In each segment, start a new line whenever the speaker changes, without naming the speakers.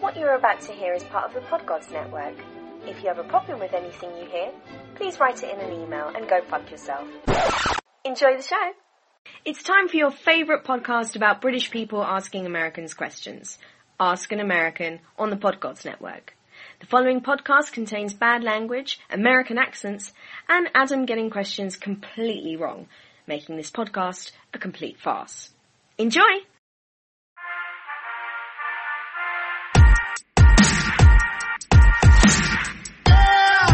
What you are about to hear is part of the Podgods Network. If you have a problem with anything you hear, please write it in an email and go fuck yourself. Enjoy the show! It's time for your favourite podcast about British people asking Americans questions. Ask an American on the Podgods Network. The following podcast contains bad language, American accents, and Adam getting questions completely wrong, making this podcast a complete farce. Enjoy!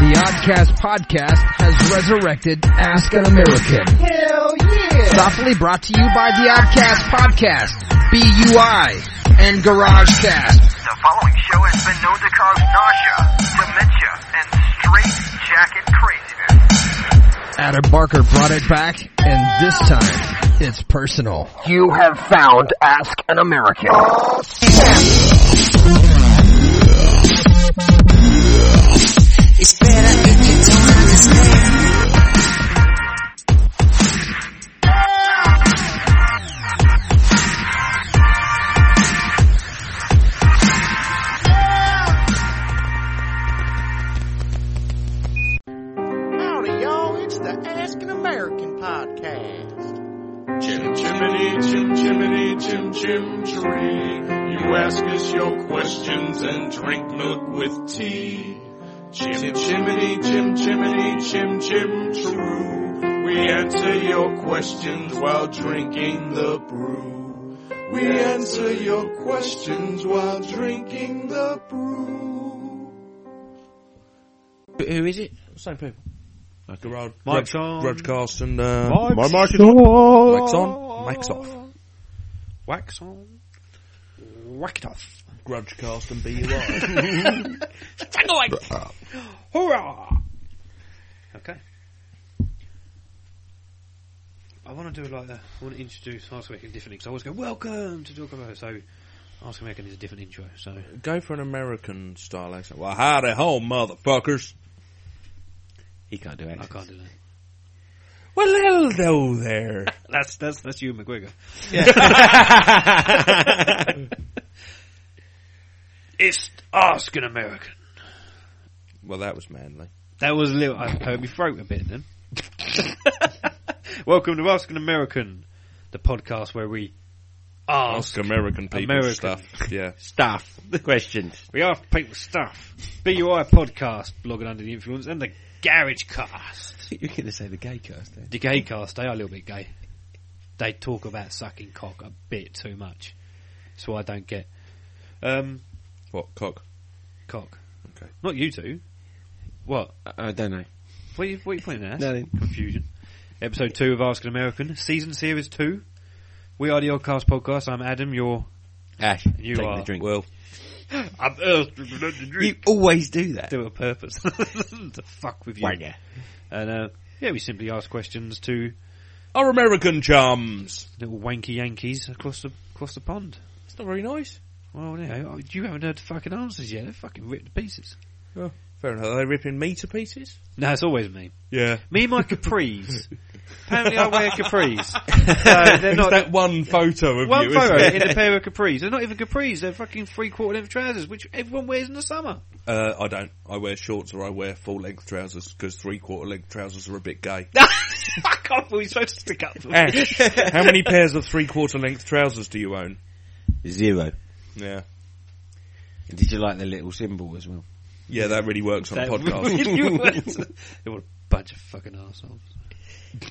The Oddcast podcast has resurrected Ask an American. Hell yeah! Thoughtfully brought to you by the Oddcast podcast, BUI, and GarageCast.
The following show has been known to cause nausea, dementia, and straight jacket craziness.
Adam Barker brought it back, and this time it's personal.
You have found Ask an American.
Howdy, y'all. It's the Ask an American podcast.
Jim Jiminy, Jim Jiminy, Jim Jim Tree. You ask us your questions and drink milk with tea. Jim Jiminy, Jim Jiminy, Jim Jim True. We answer your questions while drinking the brew. We answer your questions while drinking the brew.
Who is it? Same people.
Gerard,
Mike Sean.
Rog Carson, uh,
My
mic is on. Wax on, wax off.
Wax on. Whack it off.
Grudge cast and BUI.
Tango it! Hurrah! Okay. I want to do like that. I want to introduce Ask American differently because I always go, welcome to Talk About. So, Ask American is a different intro. So,
Go for an American style accent. Well, howdy ho, motherfuckers.
He can't do
I
accents.
can't do that.
Well, hello there.
That's, that's, that's you, McGregor. it's Ask an American.
well, that was manly.
That was a little. I hurt my throat a bit then. Welcome to Ask an American, the podcast where we
Ask
ask,
American people
American.
stuff. Yeah.
Stuff. The questions.
we ask people stuff. BUI podcast, blogging under the influence, and the Garage Cast,
You're going to say the gay cast then.
the Gay Cast. They are a little bit gay. They talk about sucking cock a bit too much. That's what I don't get. Um,
What, cock?
cock.
Okay.
Not you two. What?
I, I don't know.
What are you, what are you pointing at?
Nothing.
Confusion. Episode 2 of Ask an American, Season Series 2. We are the Oddcast Podcast. I'm Adam, you're...
Ash,
You
take
are-
the drink.
Well,
I'm Earth. You
you always do that.
do it on purpose. to fuck with you.
Wagger.
And, uh, yeah, we simply ask questions to
our American chums.
little wanky Yankees across the across the pond.
It's not very nice.
Well, you, know, you haven't heard the fucking answers yet. They're fucking ripped to pieces.
Fair enough. Are they ripping me to pieces?
No, it's always me.
Yeah.
Me and my capris. Apparently I wear capris. So they're
It's
not...
that one photo of
One
you. isn't
photo
it?
in a pair of capris. They're not even capris. They're fucking three quarter length trousers, which everyone wears in the summer.
Uh, I don't. I wear shorts or I wear full length trousers because three quarter length trousers are a bit gay.
Fuck off! We're supposed to stick up. For
Ash, how many pairs of three quarter length trousers do you own?
Zero.
Yeah.
And Did you like the little symbol as well?
Yeah, that really works on a
that.
podcast.
You words. They were a bunch of fucking assholes.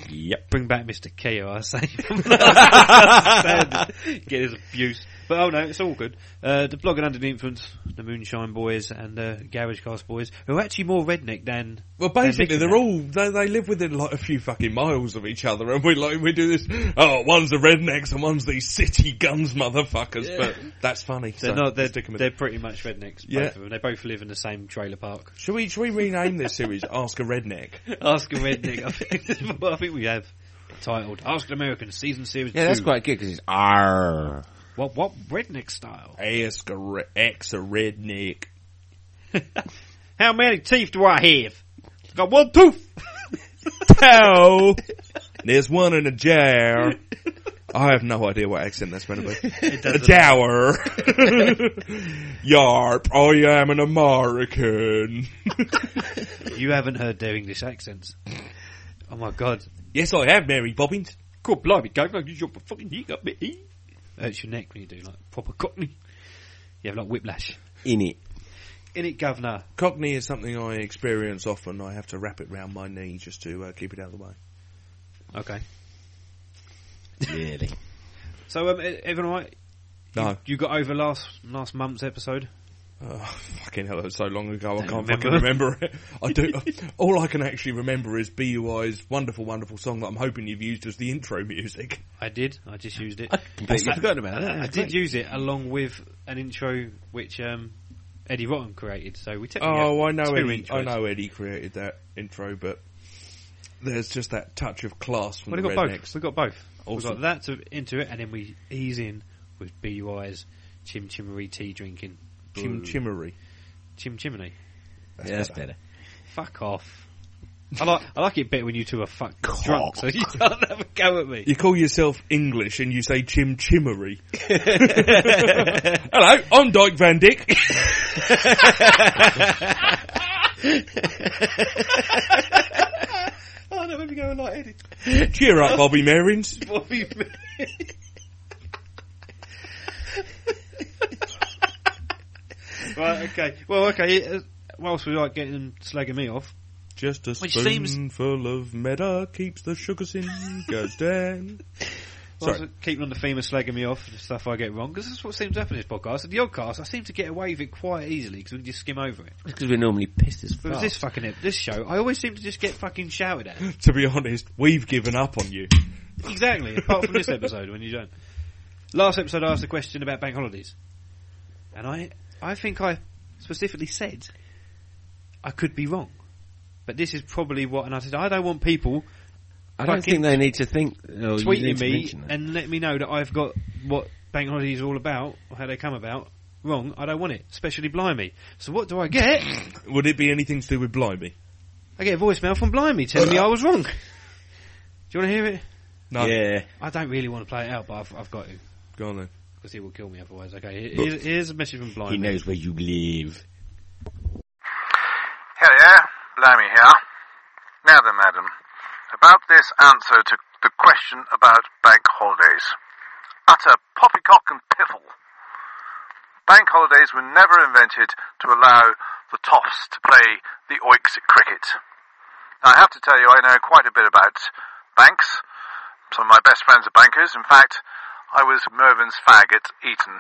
Yep.
Bring back Mr. Keo, I say. Stand. Get his abuse. But oh no, it's all good. Uh, the blogging under the influence, the Moonshine Boys and the Garage Cast Boys, who are actually more redneck than
Well, basically,
They're
they're all they, they live within like a few fucking miles of each other, and we like we do this. Oh, one's the rednecks and one's these city guns motherfuckers, but that's funny.
they're
so
not. They're,
stick 'em in.
they're pretty much rednecks.
Yeah.
Both of them. They both live in the same trailer park.
Should we should we rename this series "Ask a Redneck"?
Ask a Redneck. I think, I think we have titled Ask an American Season Series
Yeah,
2.
that's quite good because it's R.
What, what redneck style?
Ask a re- ex a redneck.
How many teeth do I have? I've got one tooth.
Pow! There's one in a jar.
I have no idea what accent that's meant to be.
It
A
doesn't-
dower. Yarp, I am an American.
You haven't heard their English accents. Oh my god,
yes, I have, Mary Bobbins. God, blimey, go fuck your fucking dick up, me.
hurts your neck when you do like proper cockney. You have like whiplash.
In it.
In it, governor.
Cockney is something I experience often. I have to wrap it round my knee just to uh, keep it out of the way.
Okay.
Really.
So, um, e- everyone, all right?
No.
you got over last last month's episode.
Oh, fucking hell, that was so long ago, I can't
remember.
fucking remember it. I do. uh, all I can actually remember is BUI's wonderful, wonderful song that I'm hoping you've used as the intro music.
I did. I just used it.
Completely forgotten about that.
I did use it along with an intro which um, Eddie Rotten created. So we technically
Oh,
have
I know
two
Eddie.
intros.
I know Eddie created that intro, but there's just that touch of class from
Well, we
the
got both.
rednecks.
We got both.
Awesome.
We got that to, into it, and then we ease in with BUI's chim chimmery tea drinking.
Chim Chimmery.
Chim chimney.
Yeah, that's better.
Fuck off. I like I like it better when you two are fucked drunk, so you can't have a go at me.
You call yourself English and you say Chim Chimmery. Hello, I'm Dyke Van Dyck.
Oh,
I don't remember going like Eddie.
Cheer up, Bobby Merrins.
Bobby right, okay. Well, okay. uh, Whilst we like getting slagging me off,
Just a
Which
spoonful
seems-
of meta keeps the sugar sin goes down.
whilst
Sorry.
keeping on the theme of slagging me off, the stuff I get wrong, because that's what seems to happen in this podcast. And the oddcast, I seem to get away with it quite easily because we can just skim over it.
Because we're normally pissed as
But with
fuck.
this fucking ep- this show, I always seem to just get fucking shouted at.
To be honest, we've given up on you.
Exactly. Apart from this episode, when you don't. Last episode, I asked a question about bank holidays, and I, I think I specifically said I could be wrong, but this is probably what. And I said I don't want people
I don't
fucking
think they need to think. Oh, you need
tweeting
to
me
mention that.
and let me know that I've got what bank holidays are all about or how they come about wrong. I don't want it, especially Blimey. So what do I get?
Would it be anything to do with Blimey?
I get a voicemail from Blimey telling me I was wrong. Do you want to hear it?
No.
Yeah.
I don't really want to play it out, but I've, I've got to.
Go on then.
because he will kill me otherwise. Okay, here- here's, here's a message from Blind.
He knows where you live.
Hell yeah, blimey here. Now then, madam, about this answer to the question about bank holidays. Utter poppycock and piffle. Bank holidays were never invented to allow the toffs to play the oiks at cricket. I have to tell you, I know quite a bit about banks. Some of my best friends are bankers. In fact, I was Mervyn's fag at Eton.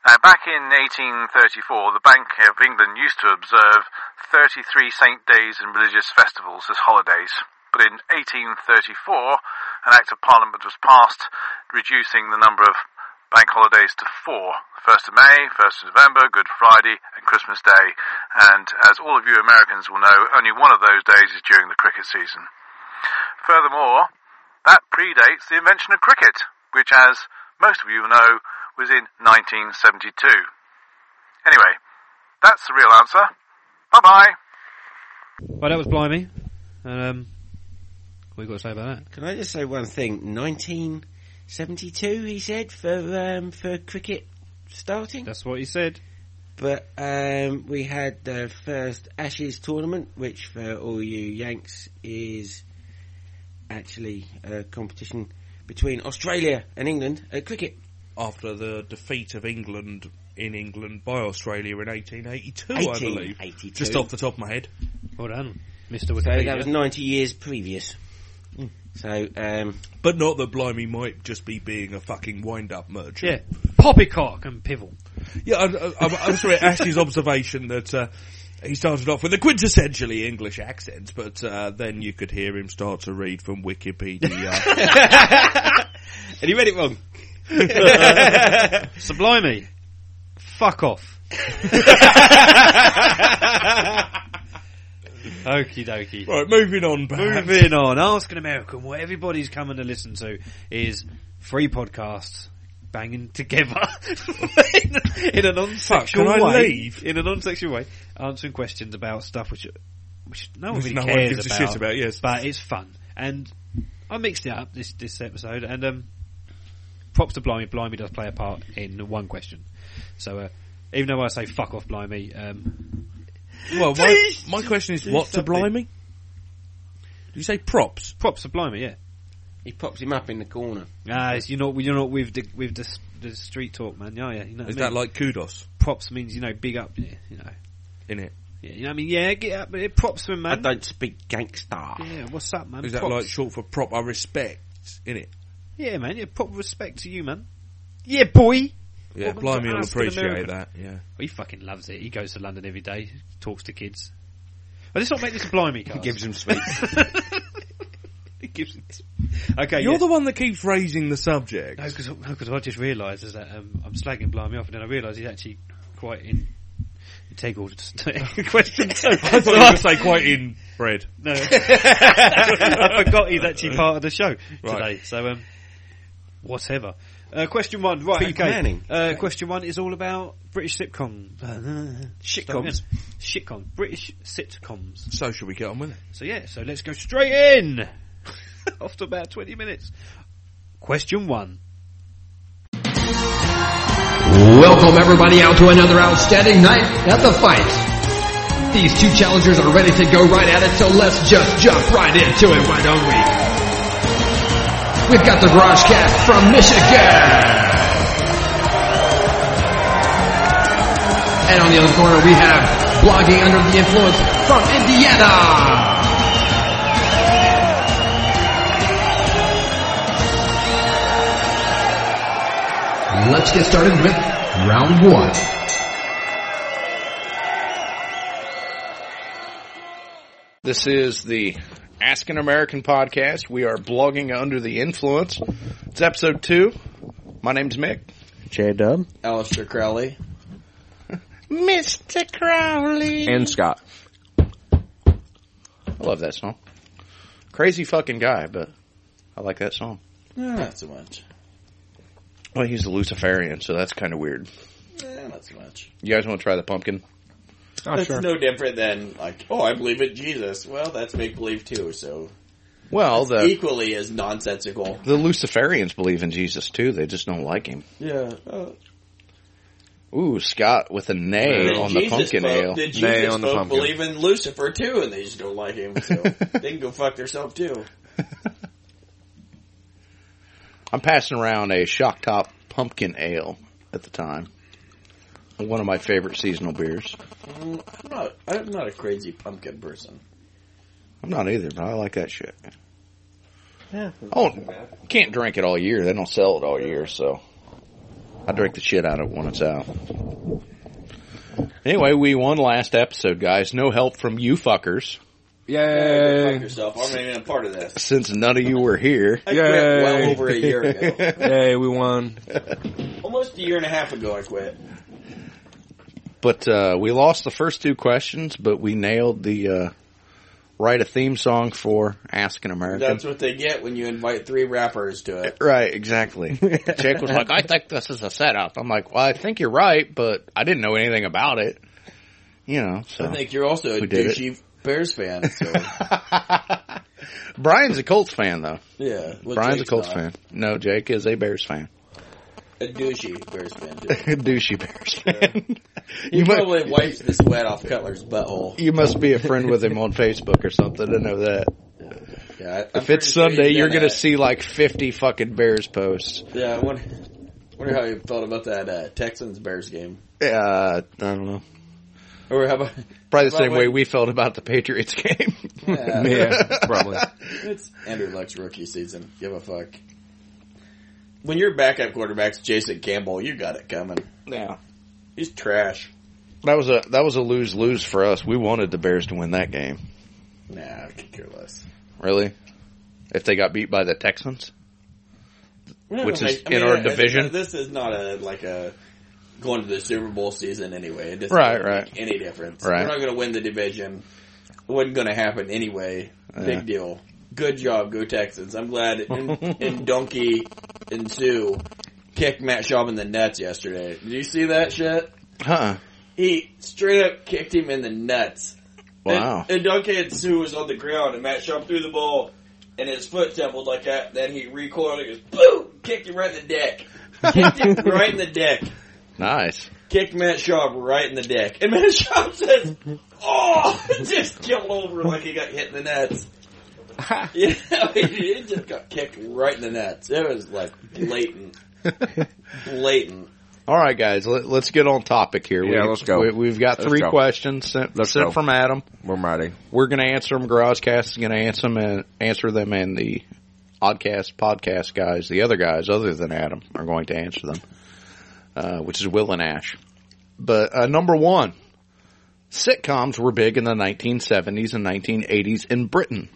Uh, back in 1834, the Bank of England used to observe 33 saint days and religious festivals as holidays. But in 1834, an Act of Parliament was passed reducing the number of bank holidays to four. 1st of May, 1st of November, Good Friday and Christmas Day. And as all of you Americans will know, only one of those days is during the cricket season. Furthermore, that predates the invention of cricket, which, as most of you know, was in 1972. Anyway, that's the real answer. Bye bye.
Well, that was Blimey. And, um, what you got to say about that?
Can I just say one thing? 1972, he said, for um, for cricket starting.
That's what he said.
But um, we had the first Ashes tournament, which for all you Yanks is actually a competition between Australia and England at cricket.
After the defeat of England in England by Australia in 1882, I believe.
1882.
Just off the top of my head.
Well done, Mr.
So that
Wikipedia.
was 90 years previous. So, um,
Hmm. But not that Blimey might just be being a fucking wind-up merchant.
yeah, poppycock and pivel.
Yeah, I'm, I'm, I'm sorry, Ashley's observation that uh, he started off with a quintessentially English accent, but uh, then you could hear him start to read from Wikipedia.
and he read it wrong.
Sublimey, fuck off. Okie dokie.
right, moving on. Perhaps.
Moving on, Ask an American. What everybody's coming to listen to is free podcasts banging together in, in a non-sexual
Fuck, can I
way.
leave?
In a non-sexual way, answering questions about stuff which which no one
Which
really
no one
cares
gives a
about,
shit about, yes.
but it's fun and I mixed it up this this episode, and um, props to Blimey. Blimey does play a part in one question. So uh, even though I say fuck off, Blimey, um,
Well, my, my question is, what to
something.
blimey? Do you say props?
props to Blimey. Yeah,
He pops him up in the corner.
ah, it's- you're not you're not with the with the, s- the street talk, man. Yeah, yeah. You know what
Is
I
that
mean?
like kudos
props means you know big up? Yeah, you know.
in it?
Yeah, you know what I mean? Yeah, get up. Yeah, props to him,
I
man.
don't speak gangster.
Yeah, what's up, man?
Is that
props.
like short for prop? I respect in it.
yeah, man. Yeah, proper respect to you, man. Yeah, boy.
Yeah,
Welcome
blimey,
to
will
Ask an
appreciate
American. Oh,
that. Yeah,
He fucking loves it. He goes to London every day, talks to kids. But let's not make this a blimey cast.
He gives him sweets.
He gives it. Okay,
you're
yeah.
the one that keeps raising the subject.
No, because I just realised is that um, I'm slagging Blimey off, and then I realise he's actually quite in. Integral to question. So,
I thought you were going to say quite in bread.
no, I forgot he's actually part of the show
Right.
today. So, um, whatever. Uh, question one, right?
Pete
okay.
Manning.
Uh, question one is all about British sitcom.
Shitcoms.
Shitcom. British sitcoms.
So should we get on with it?
So yeah, so let's go straight in. After about 20 minutes. Question one.
Welcome everybody out to another outstanding night at the fight. These two challengers are ready to go right at it, so let's just jump right into it, why don't we? We've got the Garage Cat from Michigan. And on the other corner we have Blogging Under the Influence from Indiana. Let's get started with round one.
This is the Ask an American podcast. We are blogging under the influence. It's episode two. My name's Mick.
J Dub
Alistair Crowley.
Mr. Crowley.
and Scott.
I love that song. Crazy fucking guy, but I like that song.
Eh,
Not so much.
Well, he's a Luciferian, so that's kind of weird.
Eh,
Yeah, not so much.
You guys want to try the pumpkin?
Oh, sure.
no different than like, oh, I believe in Jesus. Well, that's make believe too. So
Well, the
equally as nonsensical.
the Luciferians believe in Jesus too. They just don't like him.
Yeah.
Ooh, Scott with a nay on the pumpkin
folk,
ale.
The Jesus
Nay on the
folk
pumpkin.
believe in Lucifer too, and they just don't like him. So they can go fuck themselves too.
I'm passing around a shock top pumpkin ale at the time. One of my favorite seasonal beers.
Mm, I'm not. I'm not a crazy pumpkin person.
I'm not either, but I like that shit. Oh, can't drink it all year. They don't sell it all year, so I drink the shit out of it when it's out. Anyway, we won last episode, guys. No help from you fuckers
Go fuck
Yay!
yourself. I'm not even a part of this.
since none of you were here.
I quit well
Yay.
over a year ago.
Yay, we won.
Almost a year and a half ago, I quit.
But uh, we lost the first two questions, but we nailed the uh, write a theme song for Ask an American.
That's what they get when you invite three rappers to it.
Right, exactly. Jake was like, I think this is a setup. I'm like, well, I think you're right, but I didn't know anything about it. You know, so.
I think you're also a
We did it.
douchey Bears fan. So
Brian's a Colts fan, though.
yeah, well,
Brian's a
Jake's
Colts
not.
fan. No, Jake is a Bears fan.
A douchey Bears fan. Too.
Douchey Bears fan.
He
you, mu-
probably wipes the sweat off Cutler's butthole.
you must be a friend with him on Facebook or something to know that.
Yeah, I-
If
I'm
it's
pretty sure
Sunday,
he's
you're
done
going to
that.
see like 50 fucking Bears posts.
Yeah, I wonder, wonder how you felt about that uh, Texans Bears game,
Uh, I don't know.
or how about
Probably the
Well,
same
wait.
way we felt about the Patriots game.
yeah,
Yeah, probably.
it's Andrew Luck's rookie season. Give a fuck. When your backup quarterback's Jason Campbell, you got it coming.
yeah.
He's trash.
That was a that was a lose lose for us. We wanted the Bears to win that game.
Nah, I could care less.
Really? If they got beat by the Texans, Which is in our
I- I-
division?
This is not a like a going to the Super Bowl season anyway. It doesn't
Right,
really
right.
make any difference.
Right.
We're not going to win the division. It wasn't going to happen anyway.
Yeah.
Big deal. Good job, go Texans. I'm glad and, and Donkey and Sue kicked Matt Schaub in the nuts yesterday. Did you see that shit?
huh?
He straight up kicked him in the nuts.
Wow.
And, and Donkey and Sue was on the ground, and Matt Schaub threw the ball, and his foot tumbled like that. Then he recoiled and goes, boom! Kicked him right in the deck. Kicked him right in the deck.
Nice.
Kicked Matt Schaub right in the deck. And Matt Schaub says, oh! just killed over like he got hit in the nuts. yeah, he just got kicked right in the nuts. It was like blatant. blatant.
All right, guys, let, us get on topic here.
Yeah,
we,
let's go.
We, we've got
Let's
three
go.
questions sent,
Let's
sent
go.
from Adam.
We're ready.
We're going to answer them. Garagecast is going to answer them, and answer them, and the Oddcast podcast guys, the other guys other than Adam, are going to answer them, uh, which is Will and Ash. But uh, number one, sitcoms were big in the 1970s and 1980s in Britain.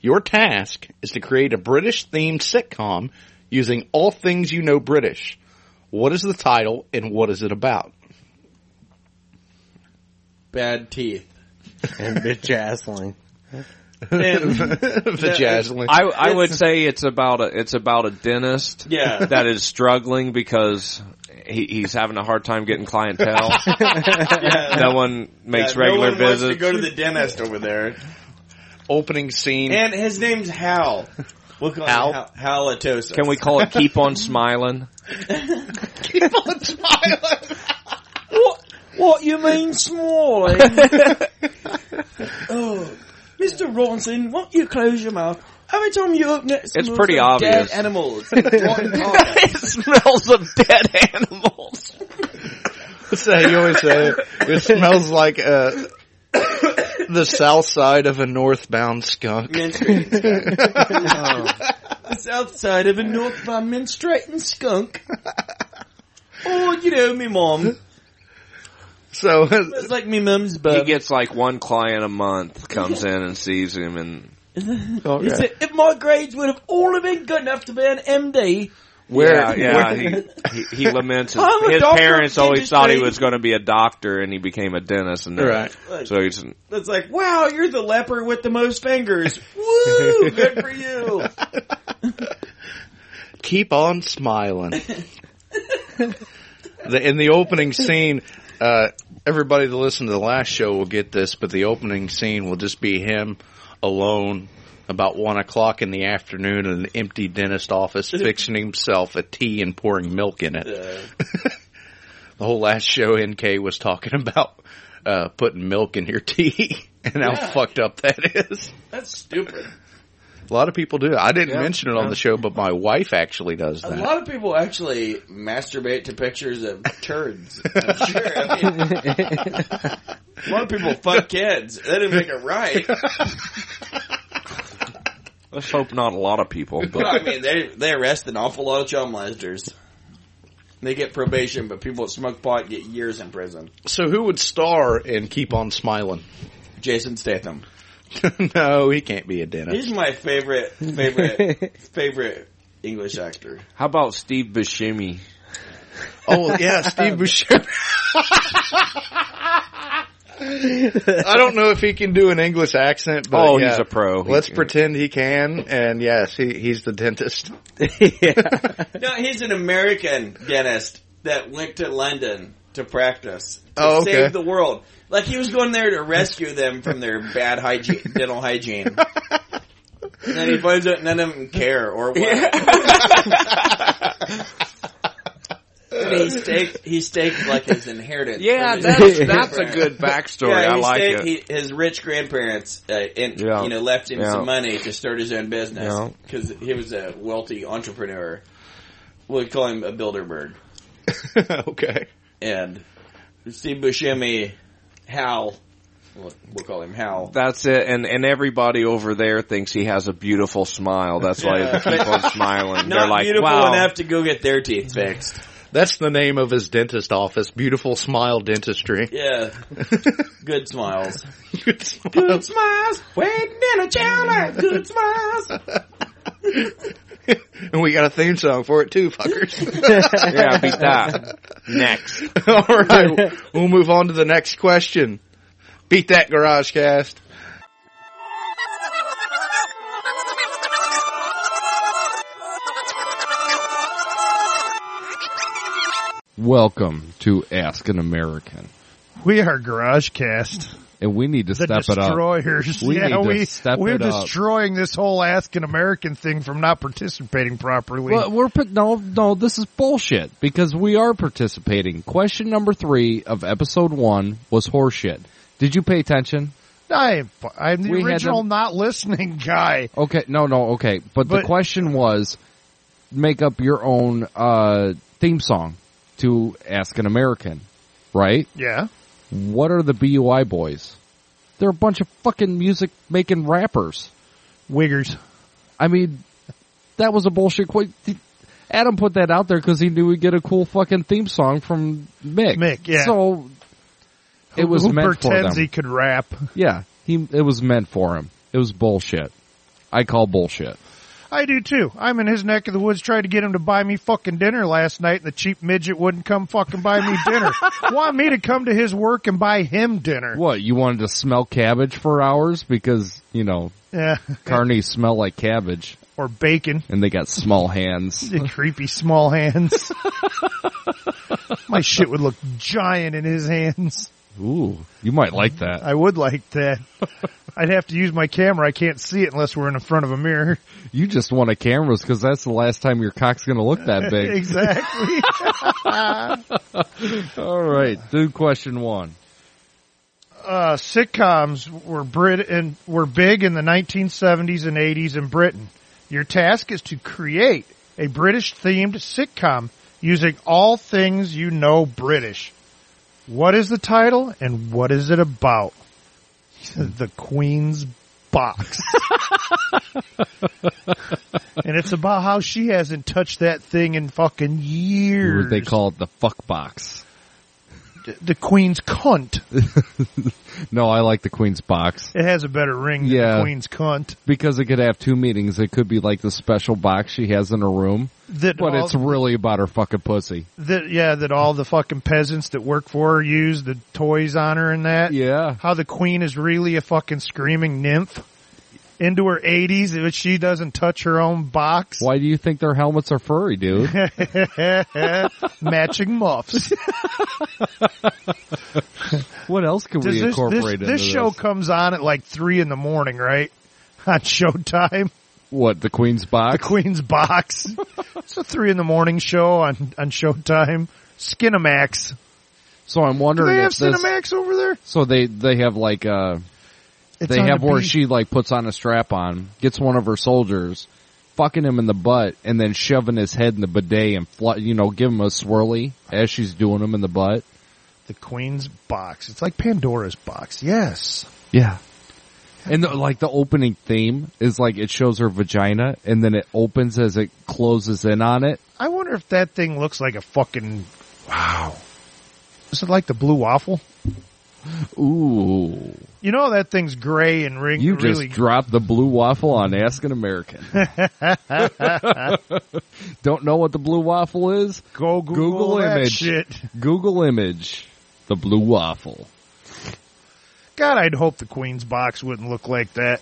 Your task is to create a British themed sitcom using all things you know British. What is the title and what is it about?
Bad teeth.
And bitch assling.
Vajazzling.
I, I would say it's about a it's about a dentist
Yeah.
that is struggling because he, he's having a hard time getting clientele. No one makes
Yeah,
regular
no one wants to
visits.
go to the dentist over there.
Opening scene.
And his name's Hal. We'll call
Hal?
him Hal Halitosis.
Can we call it "Keep on Smiling"?
Keep on smiling.
what? What you mean smiling? oh, Mr. Ronson, won't you close your mouth? Every time you open it, it
It's
smells
pretty
of
obvious.
Dead animals.
it smells of dead animals.
So you always say it. It smells like uh, the south side of a northbound skunk.
The south side of a northbound menstruating skunk. Oh, you know me mom.
So
It's like me mum's bum.
He gets like one client a month comes in and sees him, and
Oh,
He said, if my grades would have only been good enough to be an MD,
yeah, yeah, he, he, he laments his,
I'm a
his
doctor of
parents always
dentistry.
thought he was going to be a doctor, and he became a dentist, and then-
Right.
so he's
That's like, wow, you're the leper with the most fingers. Woo! Good for you.
Keep on smiling. the, in the opening scene, uh, everybody that listened to the last show will get this, but the opening scene will just be him alone about one o'clock in the afternoon in an empty dentist office fixing himself a tea and pouring milk in it. the whole last show NK was talking about uh, putting milk in your tea and
Yeah.
how fucked up that is.
That's stupid.
A lot of people do. I didn't
Yeah.
mention it on the show, but my wife actually does
A
that.
lot of people actually masturbate to pictures of turds. I'm sure. I mean, a lot of people fuck kids. They didn't make it right.
let's hope not a lot of people.
But I
But
mean, they they arrest an awful lot of child molesters. They get probation, but people that smoke pot get years in prison.
So who would star and keep on smiling?
Jason Statham.
no, he can't be a dentist.
He's my favorite, favorite, favorite English actor.
how about Steve Buscemi?
Oh yeah, Steve Buscemi. I don't know if he can do an English accent, but
Oh,
yeah.
he's a pro. He
Let's
can-
pretend he can, and yes, he, he's the dentist.
No, he's an American dentist that went to London to practice to
Oh, okay.
save the world. Like he was going there to rescue them from their bad hygiene, dental hygiene. And then he finds out none of them care or what. And he staked. He staked like his inheritance.
Yeah,
from his rich
that's- that's a
grandparents.
good backstory.
Yeah,
I
he
like
staked-
it.
He, his rich grandparents, uh, and
Yeah.
you know, left him
Yeah.
some money to start his own
Yeah.
business because he was a wealthy entrepreneur. We'll call him a Bilderberg.
okay.
And Steve Buscemi, Hal. We'll, we'll call him Hal.
That's it, and and everybody over there thinks he has a beautiful smile. That's why
Yeah.
he keep on smiling.
Not
They're like,
beautiful
wow,
enough to go get their teeth fixed.
That's the name of his dentist office. Beautiful Smile Dentistry.
Yeah. Good smiles.
Good smiles.
Good smiles. Waiting in a chowder. Good smiles.
And we got a theme song for it too, fuckers.
yeah, beat that. Next.
All right, we'll move on to the next question. Beat that garage cast.
Welcome to Ask an American. We are garage cast.
And we need to
the
step
destroyers.
it up. We
yeah,
need to
we
step
we're
it up.
destroying this whole Askin American thing from not participating properly.
Well, we're put no, no. This is bullshit because we are participating. Question number three of episode one was horseshit. Did you pay attention?
I, I'm the
We had
original
them-
not listening guy.
Okay, no, no, okay. But,
But-
the question was, make up your own uh, theme song to Ask an American, right?
Yeah.
What are the BUI boys? They're a bunch of fucking music making rappers,
wiggers.
I mean, that was a bullshit. Qu- Adam put that out there because he knew we'd get a cool fucking theme song from Mick. Mick,
yeah.
So it
Who-
was
who
meant for
pretends
them.
he could rap.
Yeah, he it was meant for him. It was bullshit. I call bullshit.
I do too. I'm in his neck of the woods trying to get him to buy me fucking dinner last night and the cheap midget wouldn't come fucking buy me dinner. Want me to come to his work and buy him dinner.
What you wanted to smell cabbage for hours because you know
Yeah.
carnies smell like cabbage
Or bacon.
and they got small hands.
The creepy small hands. My shit would look giant in his hands.
Ooh, you might like that.
I would like that. I'd have to use my camera. I can't see it unless we're in the front of a mirror.
You just want a cameras because that's the last time your cock's going to look that big.
exactly.
All right, do question one.
uh, sitcoms were Brit and were big in the 1970s and 80s in Britain. Your task is to create a British themed sitcom using all things you know British. What is the title and what is it about? the Queen's Box. and it's about how she hasn't touched that thing in fucking years.
They call it the fuck box.
The Queen's Cunt.
No, I like the Queen's box.
It has a better ring than
Yeah.
the Queen's Cunt.
Because it could have two meetings. It could be like the special box she has in her room.
That
but
all-
it's really about her fucking pussy.
that yeah that all the fucking peasants that work for her use the toys on her and that
yeah
how the queen is really a fucking screaming nymph into her 80s if she doesn't touch her own box
Why do you think their helmets are furry, dude?
matching muffs
what else could
Does
we
this,
incorporate
this,
into
this show comes on at like 3 in the morning right on showtime
What, the Queen's box?
the queen's box it's a 3 in the morning show on on showtime skinamax
so i'm
do
wondering
they have
if this-
cinemax over there
So they they have like uh
It's
they
on
have
the
where
beach.
she like puts on a strap on, gets one of her soldiers, fucking him in the butt, and then shoving his head in the bidet and fl- you know give him a swirly as she's doing him in the butt.
the queen's box it's like pandora's box yes
Yeah. And the, like the opening theme is like it shows her vagina and then it opens as it closes in on it.
I wonder if that thing looks like a fucking wow. Is it like the blue waffle?
Ooh.
You know that thing's gray and ring.
You
really.
just dropped the blue waffle on Ask an American. Don't know what the blue waffle is?
Go
Google,
that
image.
shit.
Google image. The blue waffle.
God, I'd hope the Queen's box wouldn't look like that.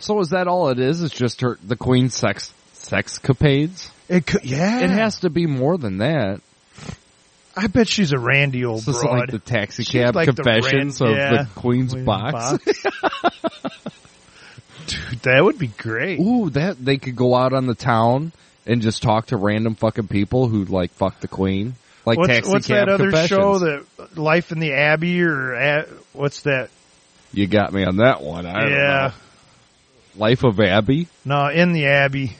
So is that all it is? It's just her the queen's sex sex capades?
It could, yeah.
It has to be more than that.
I bet she's a randy old
This is
broad.
like the taxi
She's
cab
like the
confessions
Rand-
of
yeah.
the queen's
Queen's
box.
Dude, that would be great.
Ooh, that they could go out on the town and just talk to random fucking people who like fuck the queen, like
what's,
taxi
what's
cab
that other
confessions.
show that Life in the Abbey or uh, what's that?
you got me on that one. I don't
yeah,
know. Life of Abby
no, in the Abbey,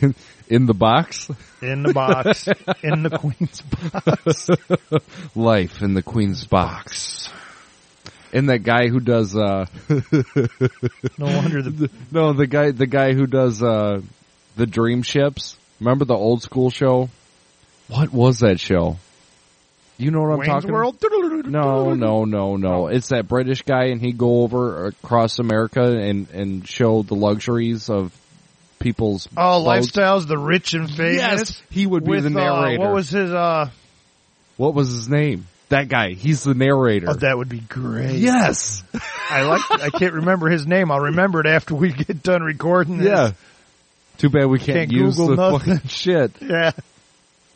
in, in the box.
in the box, in the Queen's box.
Life in the Queen's box. And that guy who does uh
No wonder the
No, the guy the guy who does uh the dream ships. Remember the old school show? What was that show? You know what I'm
Wayne's
talking
World?
about? No, no, no, no. It's that British guy and he'd go over across America and and show the luxuries of people's
Oh,
boats.
lifestyles, the rich and famous.
Yes, he would be
with,
the narrator.
Uh, what was his? Uh,
What was his name? That guy. He's the narrator.
oh, that would be great.
Yes.
I like. I can't remember his name. I'll remember it after we get done recording. This.
Yeah. Too bad we can't,
Can't
use
Google
the
nothing.
fucking shit.
yeah,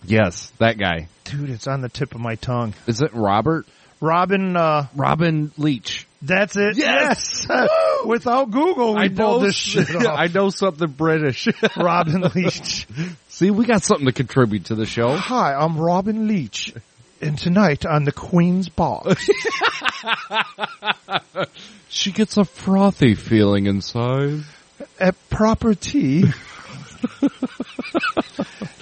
Yes, that guy.
dude, it's on the tip of my tongue.
Is it Robert?
Robin. Uh,
Robin Leach.
That's it. Yes. Without Google, we pulled this shit off.
I know something British.
Robin Leach.
See, we got something to contribute to the show.
Hi, I'm Robin Leach, and tonight on the Queen's Box.
She gets a frothy feeling inside.
at proper tea.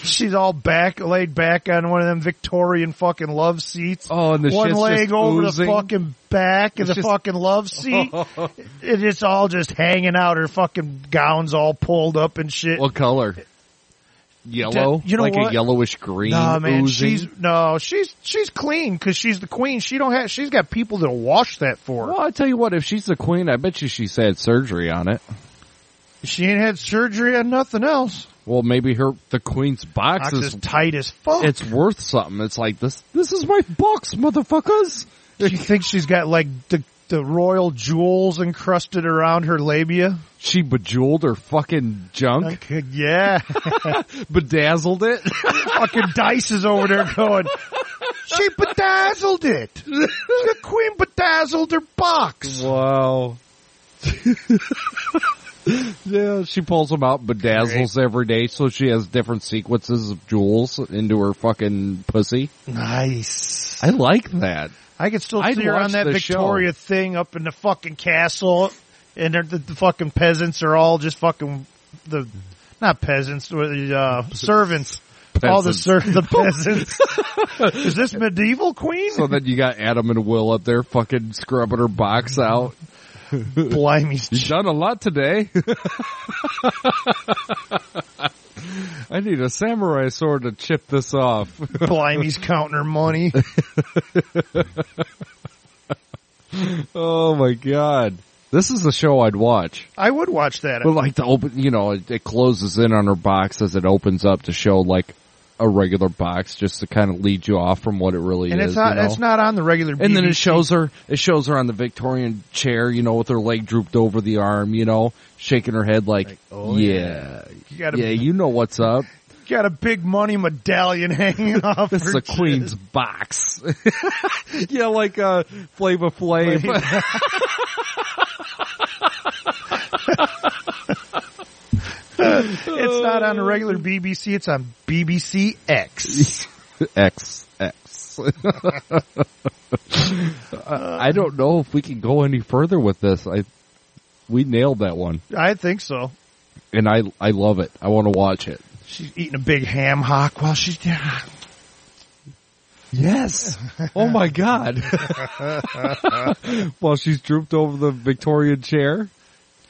She's all back, laid back on one of them Victorian fucking love seats.
Oh, and the
one
shit's
leg
just
over
oozing.
the fucking back of
It's
the
just- Oh,
fucking love seat. it, it's all just hanging out. Her fucking gown's all pulled up and shit.
What color? Yellow?
you know
like
what?
a yellowish green.
Nah, man,
oozing?
she's no, she's she's clean because she's the queen. She don't have. She's got people that wash that for her.
Well, I tell you what, if she's the queen, I bet you she's had surgery on it.
She ain't had surgery on nothing else.
Well, maybe her the queen's box
Box
is
is tight as fuck.
It's worth something. It's like this. This is my box, motherfuckers.
She thinks she's got like the the royal jewels encrusted around her labia.
She bejeweled her fucking junk.
Okay, yeah,
bedazzled it.
Fucking Dice is over there going. She bedazzled it. The queen bedazzled her box.
Wow. yeah, she pulls them out, bedazzles every day, so she has different sequences of jewels into her fucking pussy.
Nice.
I like that.
I could still
I'd
see her
watch
on that
the show.
Victoria thing up in the fucking castle, and they're- the, the fucking peasants are all just fucking the not peasants, or the uh, servants. All the
Peasants.
ser- the peasants. Is this medieval queen?
So then you got Adam and Will up there fucking scrubbing her box out.
Blimey.
You've done a lot today. I need a samurai sword to chip this off.
Blimey's counting her money.
oh my god. This is a show I'd watch.
I would watch that.
But like the open, you know, it, it closes in on her box as it opens up to show like a regular box just to kind of lead you off from what it really
and
is.
it's not
you know?
it's not on the regular.
And then it
BBC.
shows her, it shows her on the Victorian chair, you know, with her leg drooped over the arm, you know, shaking her head like,
oh,
yeah,
You gotta-
yeah, you know what's up.
got a big money medallion hanging off.
This
her
is the
chest.
queen's box. yeah, like, uh, Flava Flame.
it's not on the regular BBC. It's on BBC X.
X, X. I I don't know if we can go any further with this. I, we nailed that one.
I think so.
And I, I love it. I want to watch it.
She's eating a big ham hock while she's there.
Yes. Oh my God. While she's drooped over the Victorian chair.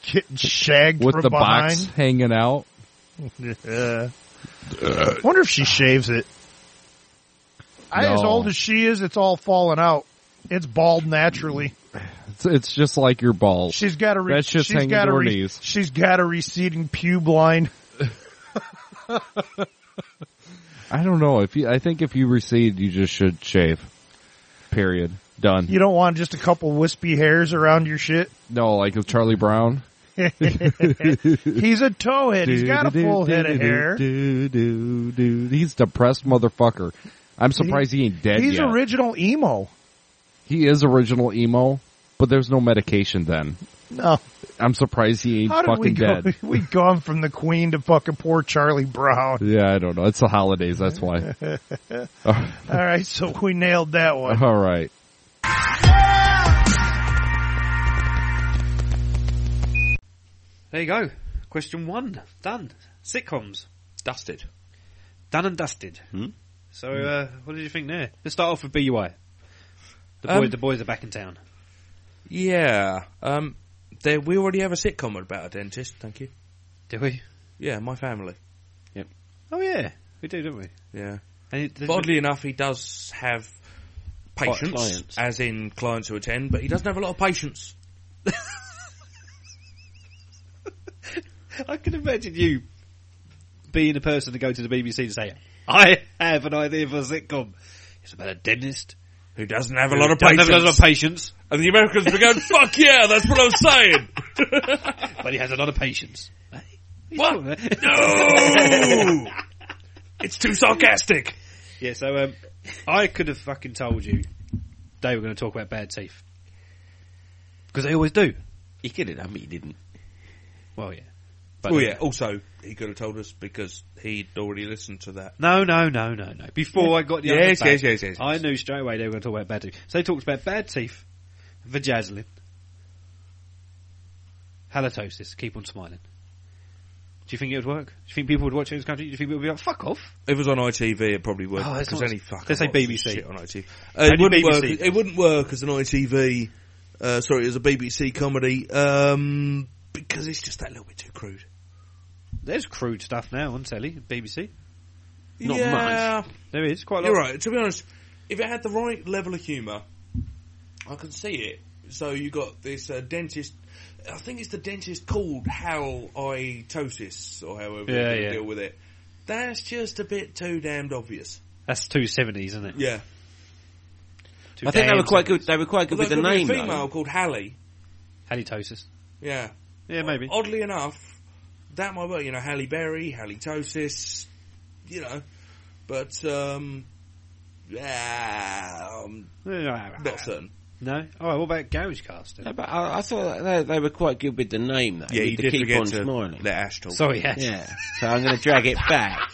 Getting shagged
with
from
the box
behind.
hanging out.
Yeah. Wonder if she shaves it. I, as
No.
old as she is, it's all falling out. It's bald naturally.
It's, it's just like your balls.
She's got a re-
That shit's
she's
hanging
got
to
a
her
re-
knees.
She's got a receding pube line.
I don't know if you. I think if you recede, you just should shave. Period. Done.
You don't want just a couple wispy hairs around your shit.
No, like with Charlie Brown.
He's a towhead. He's got a full head of hair.
Do, do, do, do. He's depressed motherfucker. I'm surprised he ain't dead
He's
yet.
original e- emo.
he is original emo, but there's no medication then.
No.
I'm surprised he ain't
How did we
fucking
go?
dead.
We gone from the Queen to fucking poor Charlie Brown.
Yeah, I don't know. It's the holidays, that's why.
All right, so we nailed that one.
All right.
There you go. Question one done. Sitcoms dusted, done and dusted. So, uh, what did you think there? Let's start off with BUI. The boy,
Um,
the boys are back in town.
Yeah. Um, there, we already have a sitcom about a dentist. Thank you.
Do we?
Yeah, my family.
Yep. Oh yeah, we do, don't we?
Yeah.
And it-
But oddly enough, he does have
Quite
patients,
clients.
as in clients who attend, but he doesn't have a lot of patients.
I can imagine you being the person to go to the BBC and say, "I have an idea for a sitcom. It's about a dentist
who doesn't have a
who
lot of
doesn't
patients.
have a lot of patients,
And the Americans were going, fuck yeah, that's what I'm saying.
but he has a lot of patients."
what? No! Oh! it's too sarcastic.
Yeah, so um, I could have fucking told you today we're going to talk about bad teeth. Because they always do.
He could have done, but he didn't.
Well, yeah.
oh yeah. Also, he could have told us because he'd already listened to that.
No, no, no, no, no. Before I got the
Yes,
answer back,
yes, yes, yes,
I knew straight away they were going to talk about bad teeth. So they talked about bad teeth, vajazzling, halitosis. Keep on smiling. Do you think it would work? Do you think people would watch it in this country? Do you think people would be like, "Fuck off"?
If it was on ITV, it probably would.
Oh, that's
because
not-
any fucking
let's say
watch this
BBC.
shit on ITV. Uh,
Only
it wouldn't work.
BBC.
It wouldn't work as an ITV. Uh, sorry, as a BBC comedy um, because it's just that little bit too crude.
There's crude stuff now on telly, BBC.
Not Yeah. much.
There is quite a lot.
You're right. To be honest, if it had the right level of humour, I can see it. So you got this uh, dentist. I think it's the dentist called Hal Itosis or however
Yeah,
they
yeah.
deal with it. That's just a bit too damned obvious.
That's two seventies, isn't it?
Yeah.
Two
I think they were
damn
quite good-
70s.
they were quite good Well, with there the could be a name, though. female called Hallie.
Halitosis.
Yeah.
Yeah, maybe.
Oddly enough, that might work. You know, Halle Berry, Halitosis, you know. But, um, yeah, um, not certain.
No. All right. What about garage casting?
No, but I, I thought they, they were quite good with the name, though.
Yeah,
with
you
the
did
keep
forget
on
to
smiling.
let Ash talk.
Sorry, Ash.
Yeah. So I'm going to drag it back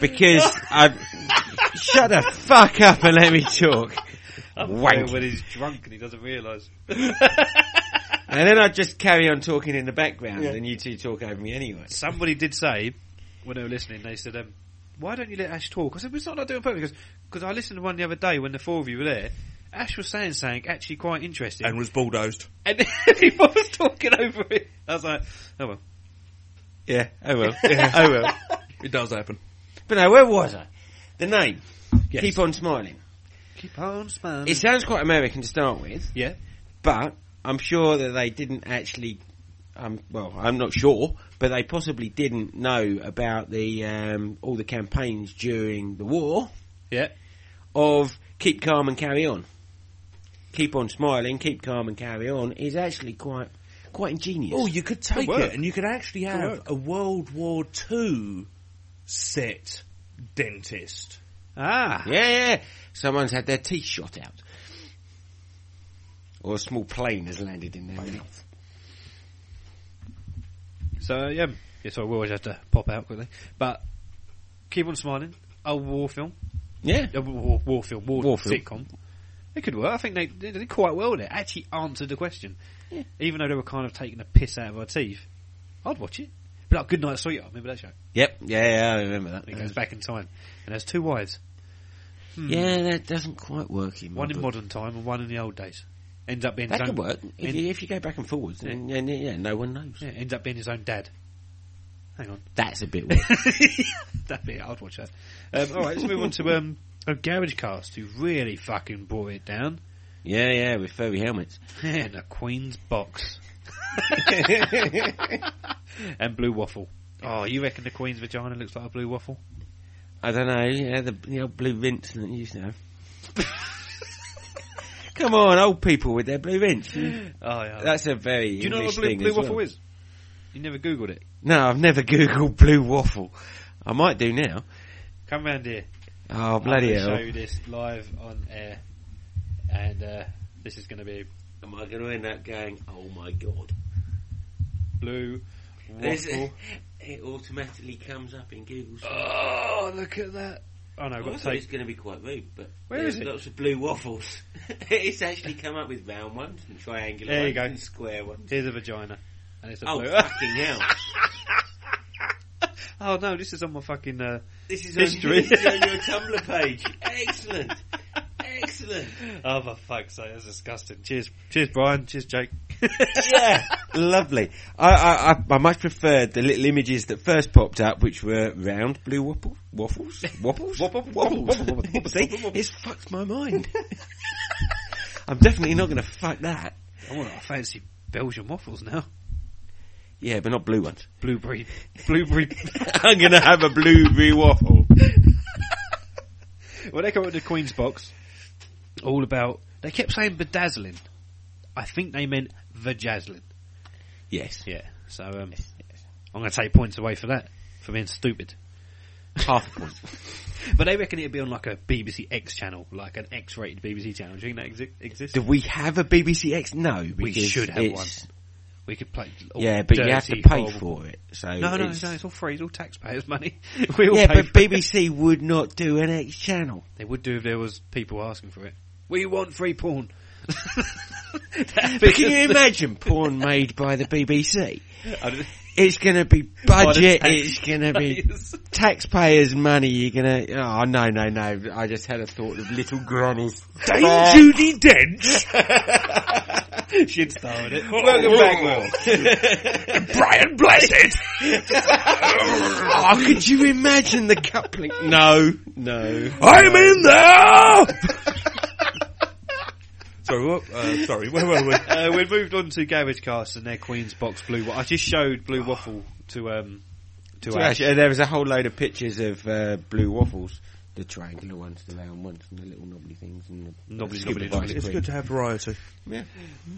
because I shut the fuck up and let me talk. Wank.
Oh, When he's drunk and he doesn't realise.
And then I just carry on talking in the background,
Yeah.
and you two talk over me anyway.
Somebody did say when they were listening, they said, um, "Why don't you let Ash talk?" I said, "It's not like doing perfect because because I listened to one the other day when the four of you were there. Ash was saying something actually quite interesting,
and was bulldozed,
and he was talking over it. I was like, "Oh well,
Yeah, oh I will.
Yeah.
I will.
It does happen.
But no, where was I? The name. Keep on smiling.
keep on smiling."
It sounds quite American to start with.
Yeah.
But I'm sure that they didn't actually. Um, well, I'm not sure, but they possibly didn't know about the um, all the campaigns during the war.
Yeah.
Of keep calm and carry on. Keep on smiling. Keep calm and carry on is actually quite quite ingenious.
Oh, you could take
work.
it, and you could actually
Good
have
work.
a World War Two set dentist.
Ah.
Yeah, yeah. Someone's had their teeth shot out. Or a small plane has landed in their mouth.
So yeah, yeah. So I will always have to pop out quickly, but keep on smiling. A war film.
Yeah,
a war, war film, war,
War film.
sitcom. It could work. I think they, they did quite well there. Actually answered the question, even though they were kind of taking the piss out of our teeth. I'd watch it. But like Good Night Sweetheart, remember that show?
Yep. Yeah, yeah, I remember that.
It goes back in time and has two wives. Hmm.
Yeah, that doesn't quite work in my
one in
book.
modern time and one in the old days. Ends up being
That
his
could
own-
work if
end-
you, if you go back and forwards.
Yeah.
Then, then, yeah, no one knows.
yeah, ends up being his own dad. Hang on,
That's a bit weird.
that'd be it. I'd watch that. Um, all right, let's move on to um, a garage cast who really fucking brought it down.
yeah, yeah, with furry helmets.
and a Queen's box. and blue waffle. Oh, you reckon the Queen's vagina looks like a blue waffle?
I don't know. Yeah, the the old blue rinse that you used to have. Come on, old people with their blue rinse.
Oh, yeah.
That's a very.
Do you know
English
what a blue,
thing
blue
as
waffle
well.
is? You never googled it.
No, I've never googled blue waffle. I might do now.
Come round here.
Oh, bloody
I'm gonna
hell.
Show you this live on air, and uh, this is going to be
Am I going to end up going? Oh my god!
blue
There's-
waffle.
It automatically comes up in Google.
Oh, look at that! Oh no, I've
I
got to
thought
take.
it's going to be quite rude, but
Where
there's
is it?
Lots of blue waffles. it's actually come up with round ones and triangular
There
ones
you go.
and square ones.
Here's a vagina, and it's a
Oh
blue.
fucking hell!
oh no, this is on my fucking. Uh,
This is
history.
on, this is on your Tumblr page. Excellent, excellent.
oh for fuck's sake, that's disgusting. Cheers, cheers, Brian. Cheers, Jake.
yeah, lovely. I, I, I, I much preferred the little images that first popped up, which were round blue waffle, waffles, waffles, waffles, waffles. See, it's fucked my mind. I'm definitely not going to fuck that.
I want. I fancy Belgian waffles now.
Yeah, but not blue ones.
Blueberry, blueberry.
I'm going to have a blueberry waffle.
well, they come up with the Queen's box. All about. They kept saying bedazzling. I think they meant vajazzling.
Yes.
Yeah. So um, I'm going to take points away for that for being stupid. half point. But they reckon it'd be on like a BBC X channel, like an X-rated BBC channel. Do you think that exi- exists?
Do we have a BBC X? No,
We
because
should have one.
it's-
We could play. all
Yeah, but you have to
dirty,
pay
horrible-
for it, so
no, no,
it's-
no, it's all free. It's all taxpayers' money. we all
yeah,
pay
but
for it.
BBC would not do an X channel.
They would do if there was people asking for it. We want free porn.
But can you imagine porn made by the BBC?
I don't-
It's going to be
By the
budget.
taxpayers.
It's going to be taxpayers' money. You're going to. Oh no, no, no! I just had a thought of little grannies.
Dame
Oh.
Judy Dench.
She'd star in it.
Welcome back,
Will.
Brian Blessed.
oh, could you imagine the coupling? No, no.
I'm in there. sorry, what? Uh, sorry, where were we?
Uh, we moved on to Garage Cast and their Queen's Box Blue. Wa- I just showed Blue Waffle to um to,
So
Ash.
actually, uh, there was a whole load of pictures of uh, blue waffles. The triangular ones, the round ones, and the little knobbly things, and the
Knobbly,
scoop
knobbly,
of ice
knobbly.
It's
cream.
good to have variety.
Yeah.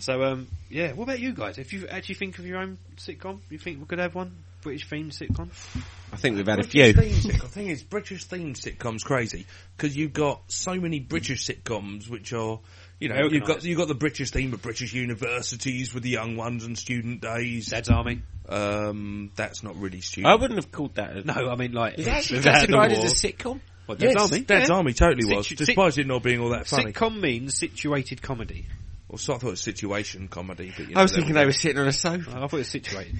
So um yeah, what about you guys? If you actually think of your own sitcom, you think we could have one British themed sitcom?
I think we've had a few.
British themed sitcom. The thing is, British themed sitcoms crazy because you've got so many British sitcoms which are, you know, you've got
Organised.
you've got the British theme of British universities with the young ones and student days.
Dad's Army.
Um, that's not really student.
I wouldn't have called that.
No, I mean like
Is that actually
without the
classified as
war.
a sitcom?
What, Dad's
Yes,
Army?
Dad's Army totally was,
Situ-
despite it not being all that funny.
Sitcom means situated comedy.
Well, so I thought it was situation comedy, but you
I was
know,
thinking they were sitting on a sofa.
I thought it was situated.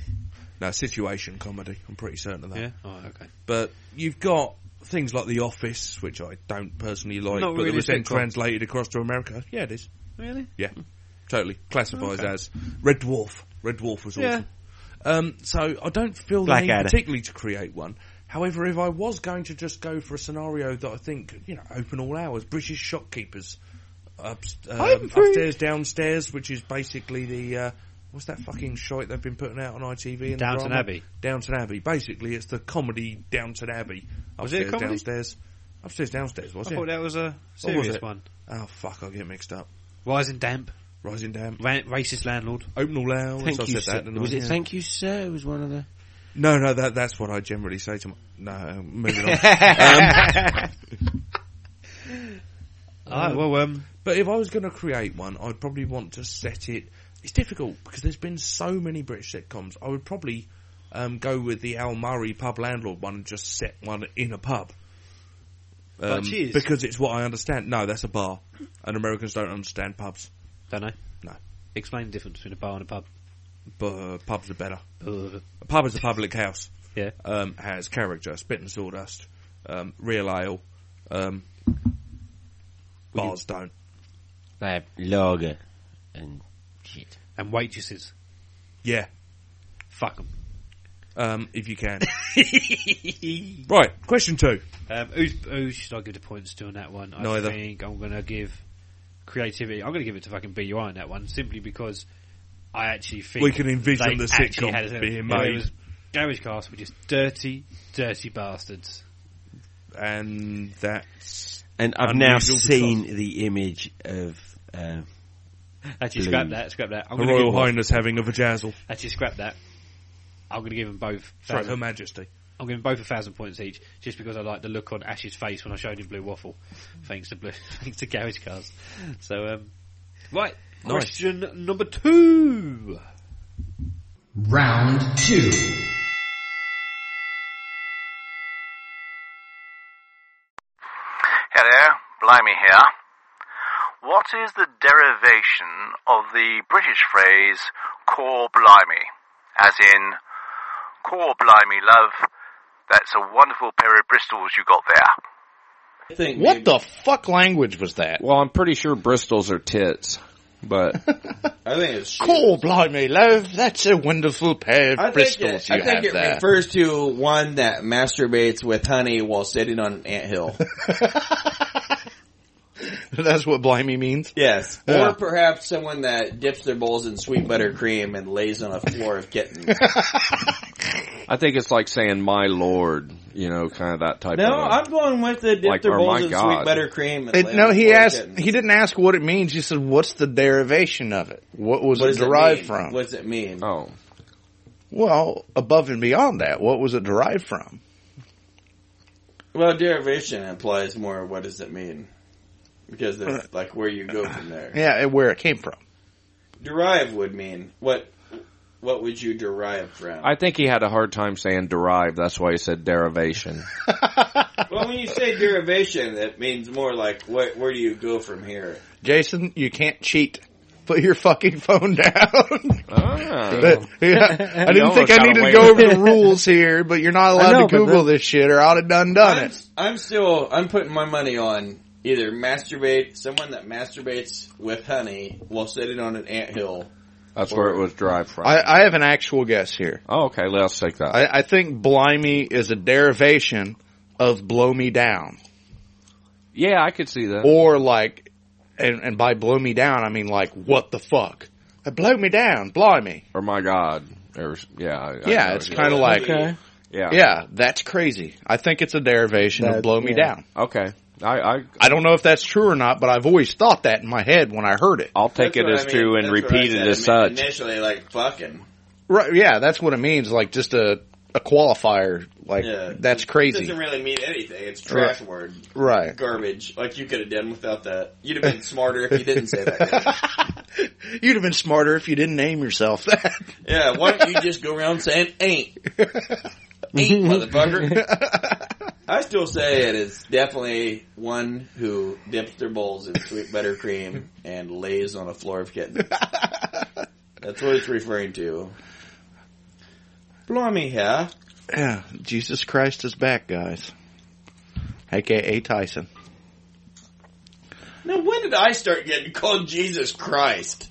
No, situation comedy. I'm pretty certain of that.
Yeah? Oh, okay.
But you've got things like The Office, which I don't personally like,
Not
but
really
that was
a
then
sitcom.
translated across to America. Yeah, it is.
Really?
Yeah, totally classifies
Okay.
as Red Dwarf. Red Dwarf was
Yeah.
awesome. Um, so I don't feel the need
Blackadder.
particularly to create one. However, if I was going to just go for a scenario that I think, you know, open all hours, British shopkeepers, up, um, upstairs, downstairs, which is basically the uh, what's that fucking shite they've been putting out on ITV? And
Downton
drama?
Abbey.
Downton Abbey. Basically, it's the comedy Downton Abbey.
Was it a
Upstairs,
comedy?
downstairs, upstairs, downstairs. Was
I
it?
thought that was a
What was
serious
it?
one.
Oh fuck! I get mixed up.
Rising Damp.
Rising Damp.
Ra- racist landlord.
Open all hours.
Thank
Oh, I
you,
said that.
sir.
didn't I?
Was it
Yeah.
thank you, sir? Was one of the.
No, no, that that's what I generally say to my. No, moving on. um,
Alright, well, um,
but if I was going to create one, I'd probably want to set it. It's difficult because there's been so many British sitcoms. I would probably um, go with the Al Murray pub landlord one and just set one in a pub.
Like Cheers?
Um, because it's what I understand. No, that's a bar, and Americans don't understand pubs.
Don't know.
No.
Explain the difference between a bar and a pub.
But pubs are better.
Uh,
A pub is a public house.
Yeah.
Um, has character, spit and sawdust, um, real ale. Um, bars don't.
They have lager and shit.
and waitresses.
Yeah.
Fuck them.
Um, if you can. right. Question two.
Um, who's, who should I give the points to on that one? I
Neither.
think I'm going to give creativity. I'm going to give it to fucking BUI on that one, simply because I actually think
We can envision
they
the
actually
sitcom
had a-
being
Yeah, it
made.
was- Garage Cast were just dirty, dirty bastards.
And that's.
And I've now
unusual for
seen the image of. Uh,
Actually,
blue.
scrap that. Scrap that. I'm
Her
gonna
Royal
give one-
Highness having a vajazzle.
Actually, scrap that. I'm going to give them both.
Sorry,
thousand-
Her Majesty.
I'm giving both a thousand points each, just because I like the look on Ash's face when I showed him Blue Waffle, thanks to Blue, thanks to Garage Cars. So, um, right,
Nice.
question number two.
Round two.
Hello, Blimey here. What is the derivation of the British phrase "call Blimey? As in, "call Blimey, love. That's a wonderful pair of Bristols you got there.
What the fuck language was that?
Well, I'm pretty sure Bristol's are tits, but
I think it's
Call blimey, love. That's a wonderful pair of
I think
Bristols
it,
you
I think
have
it
there.
refers to one that masturbates with honey while sitting on an anthill.
That's what blimey means.
Yes.
Yeah.
Or perhaps someone that dips their bowls in sweet buttercream and lays on a floor of kittens.
I think it's like saying "my lord," you know, kind of that type.
no,
of
I'm going with the dip
Like,
oh
their
or
bowls
my
in
God.
sweet buttercream and lay
It,
on
no,
the
he
floor of
asked.
kittens.
He didn't ask what it means. He said, "What's the derivation of it? What was
What
it
does it
derived
mean?
from?"
What does it mean?
Oh,
Well, above and beyond that, what was it derived from?
Well, derivation implies more what does it mean? Because
Uh,
that's like where you go from there.
Yeah, and where it came from.
Derive would mean what? What would you derive from?
I think he had a hard time saying derive. That's why he said derivation.
well, when you say derivation, that means more like what? Where do you go from here?
Jason, you can't cheat. Put your fucking phone down.
Ah.
But, yeah, I didn't think I needed to go over the rules here, but you're not allowed
I know,
to
but
Google
the-
this shit, or I'd have done done it.
I'm still. I'm putting my money on either masturbate someone that masturbates with honey while sitting on an anthill.
That's where it was derived from.
I, I have an actual guess here.
Oh, okay, let's take that.
I, I think blimey is a derivation of blow me down,
yeah, I could see that.
or like, and, and by blow me down, I mean like what the fuck? Blow me down, blimey.
Or my god. Or, yeah. I- I
yeah,
know
it's
what
kind
you
of
mean.
like,
Yeah.
yeah, that's crazy. I think it's a derivation
That-
of blow me
yeah.
down.
Okay, I, I
I don't know if that's true or not, but I've always thought that in my head when I heard it.
I'll take
That's
it
what
as
I mean.
true and
That's what I
repeat
said.
it
I
as
mean,
such.
Initially, like fucking.
Right? Yeah, that's what it means. Like just a a qualifier. Like
Yeah.
that's
It
crazy.
doesn't really mean anything. It's trash
Right.
word.
Right.
Garbage. Like you could have done without that. You'd have been smarter if you didn't say that.
You'd have been smarter if you didn't name yourself that.
yeah. Why don't you just go around saying ain't? Ain't motherfucker. I still say it is definitely one who dips their bowls in sweet buttercream and lays on a floor of kittens. That's what it's referring to. Blimey, yeah.
Yeah, Jesus Christ is back, guys. AKA Tyson.
Now, when did I start getting called Jesus Christ?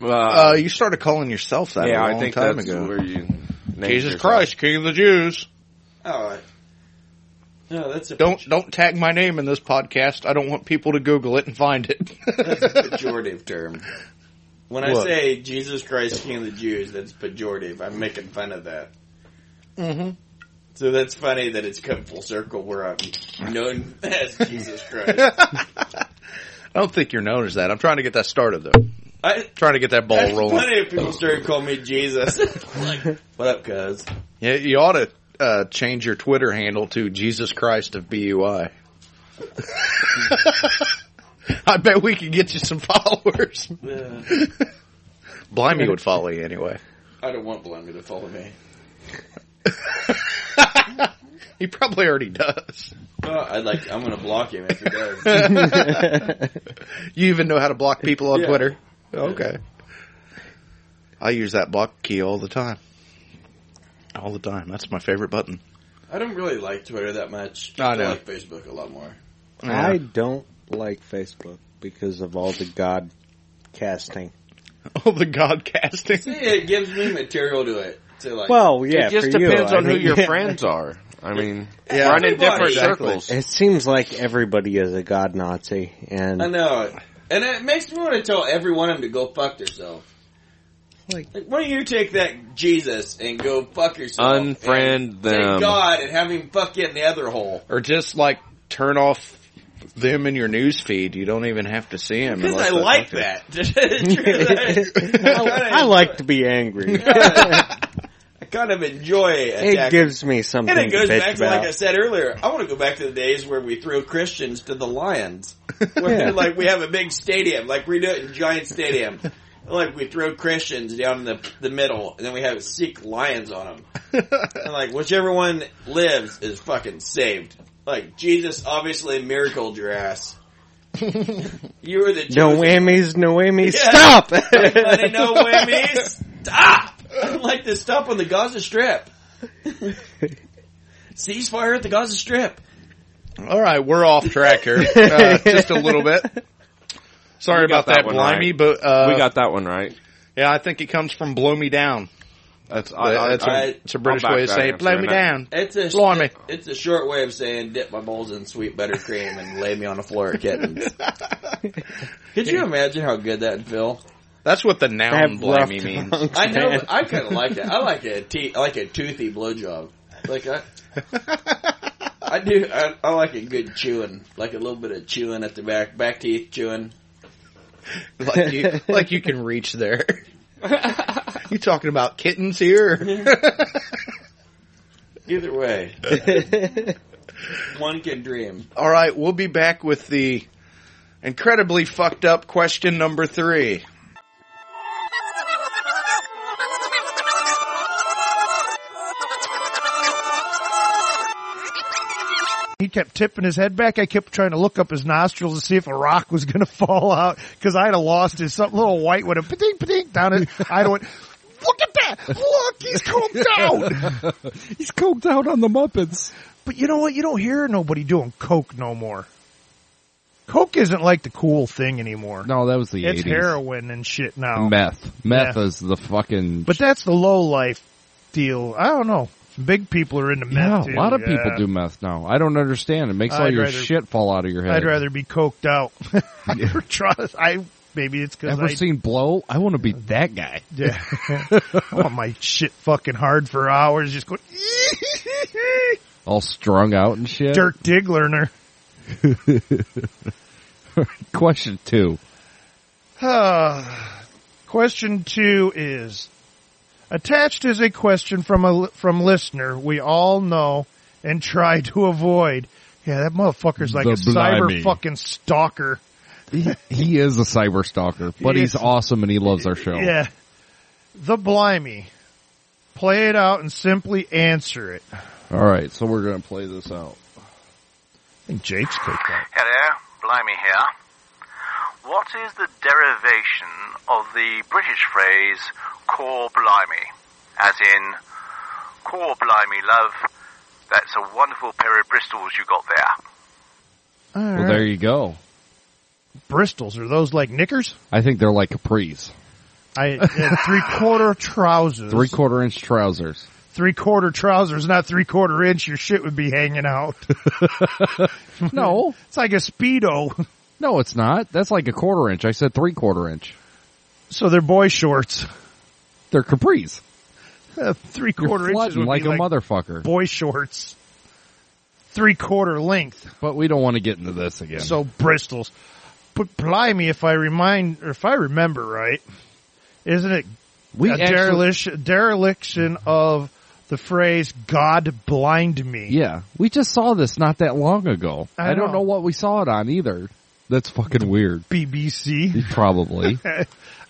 Uh, you started calling yourself that
yeah,
a
I
long
think
time
that's
ago.
where
you
Jesus
yourself.
Christ, King of the Jews.
Oh, no, that's a
Don't don't tag my name in this podcast. I don't want people to Google it and find it.
pejorative term. When I
What?
say Jesus Christ King of the Jews, that's pejorative. I'm making fun of that.
Mm-hmm.
So that's funny that it's come full circle where I'm known as Jesus Christ.
I don't think you're known as that. I'm trying to get that started though.
I,
trying to get that ball
That's
rolling.
funny if people started calling me Jesus. like, what up, cuz?
Yeah, you ought to uh, change your Twitter handle to Jesus Christ of BUI. I bet we could get you some followers.
Yeah.
Blimey would follow you anyway.
I don't want Blimey to follow me.
He probably already does.
Well, I'd like, I'm gonna block him if he does.
you even know how to block people on
Yeah.
Twitter. Okay. I use that block key all the time. All the time. That's my favorite button.
I don't really like Twitter that much.
I know.
like Facebook a lot more.
I don't like Facebook because of all the god casting.
All the god casting.
See, it gives me material to it. To like,
Well, yeah,
It just
for you,
depends
I
on who
mean-
your friends are. I mean,
Yeah.
run in different
Exactly.
circles.
It seems like everybody is a god Nazi, and
I know, it. and it makes me want to tell every one of them to go fuck themselves. Like, why don't you take that Jesus and go fuck yourself?
Unfriend
and
them.
Thank God and have him fuck you in the other hole.
Or just like turn off them in your news feed. You don't even have to see them.
Because I like that. I,
I like to be angry.
kind of enjoy
It
attack.
gives me
and
something
it goes
to bitch
back to
about.
like I said earlier. I want to go back to the days where we threw Christians to the lions, where like we have a big stadium, like we do it in Giant Stadium. Like we throw Christians down in the the middle, and then we have Sikh lions on them. And like whichever one lives is fucking saved. Like Jesus obviously miracled your ass. you were the
no
chosen
whammies, no whammies.
yeah.
Stop!
Everybody know whammies. Stop! I'm like the stop on the Gaza Strip. Ceasefire at the Gaza Strip.
All right, we're off track here, uh, just a little bit. Sorry
We got
about that,
one
Blimey,
right.
but uh,
we got that one right.
Yeah, I think it comes from "blow me down." That's,
I- I-
that's a
I-
it's a British
I'll back
way of
that
saying
answer
"blow
in
me
that.
down."
It's a
Blimey.
It's a short way of saying dip my balls in sweet buttercream and lay me on a floor of kittens. Could you imagine how good that'd feel?
That's what the
I have
noun "blimey"
rough
means.
I know. but I kind of like that. I like a te- I like a toothy blowjob. Like I, I do. I, I like a good chewing, like a little bit of chewing at the back, back teeth chewing.
like you, like you can reach there. you talking about kittens here?
Either way, One can dream.
All right, we'll be back with the incredibly fucked up question number three.
He kept tipping his head back. I kept trying to look up his nostrils to see if a rock was going to fall out because I'd have lost his something little white would have patink patink down it. I'd have went, look at that! Look, he's combed out. he's coked out on the Muppets. But you know what? You don't hear nobody doing coke no more. Coke isn't like the cool thing anymore.
No, that was the
It's
80s.
heroin and shit now.
Meth. Meth
Yeah.
is the fucking.
But that's the low life deal. I don't know. Big people are into
yeah,
meth.
a
too.
lot of people
Yeah.
do meth now. I don't understand. It makes all
I'd
your
rather-
shit fall out of your head.
I'd rather be coked out. I never trust. I maybe it's because
Ever
I
seen Blow? I want to be that guy.
Yeah. I want my shit fucking hard for hours, just going
All strung out and shit.
Dirk Digglerner.
Question two.
question two is attached is a question from a li- from listener we all know and try to avoid. Yeah, that motherfucker's like
The
a cyber
blimey.
fucking stalker.
He, he is a cyber stalker, but
He
he's
is.
awesome and he loves our show.
Yeah. The blimey. Play it out and simply answer it.
All right, so we're gonna play this out. I
think Jake's cooked out.
Hello, Blimey here. What is the derivation of the British phrase "core blimey"? As in, "core blimey, love." That's a wonderful pair of Bristols you got there.
Well, there you go.
Bristols are those like knickers?
I think they're like capris,
I three quarter trousers.
three quarter inch trousers.
three quarter trousers, not three quarter inch, your shit would be hanging out.
no.
It's like a Speedo.
No, it's not. That's like a quarter inch. I said three quarter inch.
So they're boy shorts.
They're capris.
Uh, three
You're
quarter inches
flooding
would
like
be
a
like
motherfucker.
boy shorts. Three quarter length.
But we don't want to get into this again.
So Bristols. But blimey, if I remind, or if I remember right, isn't it
We
a
actually-
derelish, dereliction of the phrase "God blind me"?
yeah, we just saw this not that long ago.
I
I, don't
know.
know what we saw it on either. That's fucking weird.
BBC.
Probably.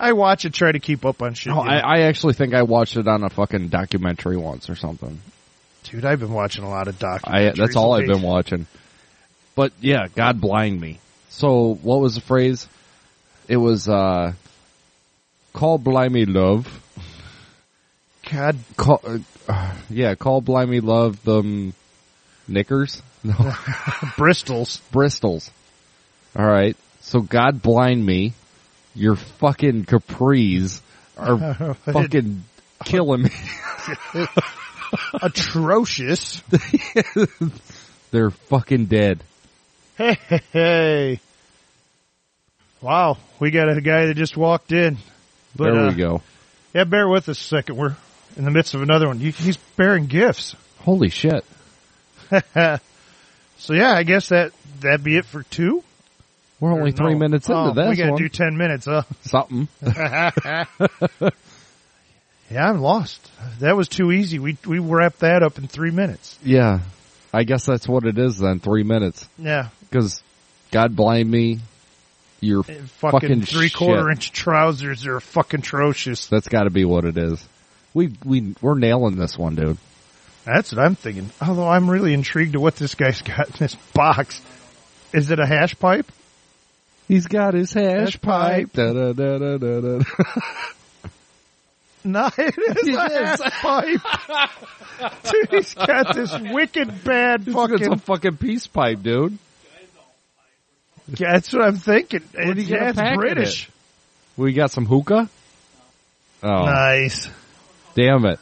I watch it, try to keep up on shit.
No,
you know?
I, I actually think I watched it on a fucking documentary once or something.
Dude, I've been watching a lot of documentaries.
I that's all I've
lately.
been watching. But yeah, God blind me. So what was the phrase? It was uh call blimey love.
God
call uh, uh, yeah, call blimey love them knickers? No.
Bristols.
Bristols. All right. So God blind me. Your fucking capris are fucking killing me.
Atrocious.
They're fucking dead.
Hey, hey, hey. Wow, we got a guy that just walked in. But,
there
uh,
we go.
Yeah, bear with us a second. We're in the midst of another one. You- He's bearing gifts.
Holy shit.
so yeah, I guess that that be it for two.
We're only three minutes into
oh,
this
We gotta
one.
do ten minutes, huh?
Something.
yeah, I'm lost. That was too easy. We we wrapped that up in three minutes.
Yeah. I guess that's what it is then, three minutes.
Yeah.
Because God blind me, you're
Eh, Fucking,
fucking
three quarter
shit.
inch trousers are fucking atrocious.
That's got to be what it is. We we we're nailing this one, dude.
That's what I'm thinking. Although I'm really intrigued to what this guy's got in this box. Is it a hash pipe?
He's got his hash
pipe.
Da, da, da, da, da, da.
No, it is a hash pipe. Dude, he's got this wicked bad
It's a
fucking.
fucking peace pipe, dude.
Yeah, that's what I'm thinking.
do
It's,
you got
yeah, it's
packed in
British.
We got some hookah. Oh,
Nice.
damn it!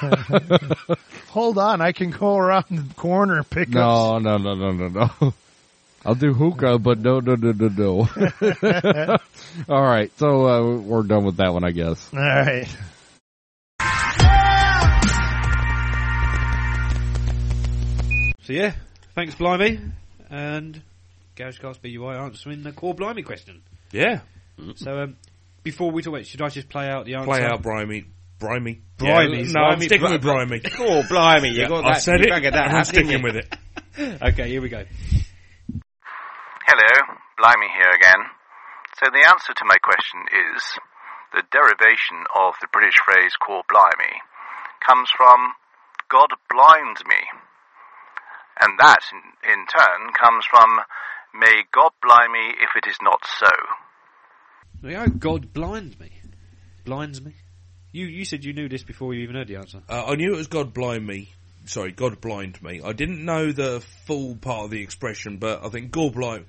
Hold on, I can go around the corner and pick up.
No, no, no, no, no, no. I'll do hookah, but no, no, no, no, no. All right, so uh, we're done with that one, I guess.
All right.
So yeah, thanks Blimey, and Garagecast BUI answering the core Blimey question.
Yeah.
So um, before we talk about it, should I just play out the answer?
Mm. Play out, Brimey. Brimey.
Brimey.
Yeah, No, I'm
Blimey.
sticking with
Bri-
Brimey.
Oh, blimey, you
Yeah,
got
I
that-
said
you
it.
got that
and I'm
hat, didn't
sticking
you?
with it.
Okay, here we go.
Hello, Blimey here again. So the answer to my question is the derivation of the British phrase called Blimey comes from God blind me. And that, in, in turn, comes from May God blind me if it is not so.
There you go. God blind me. Blinds me. You you said you knew this before you even heard the answer.
Uh, I knew it was God blind me. Sorry, God blind me. I didn't know the full part of the expression, but I think gore blind,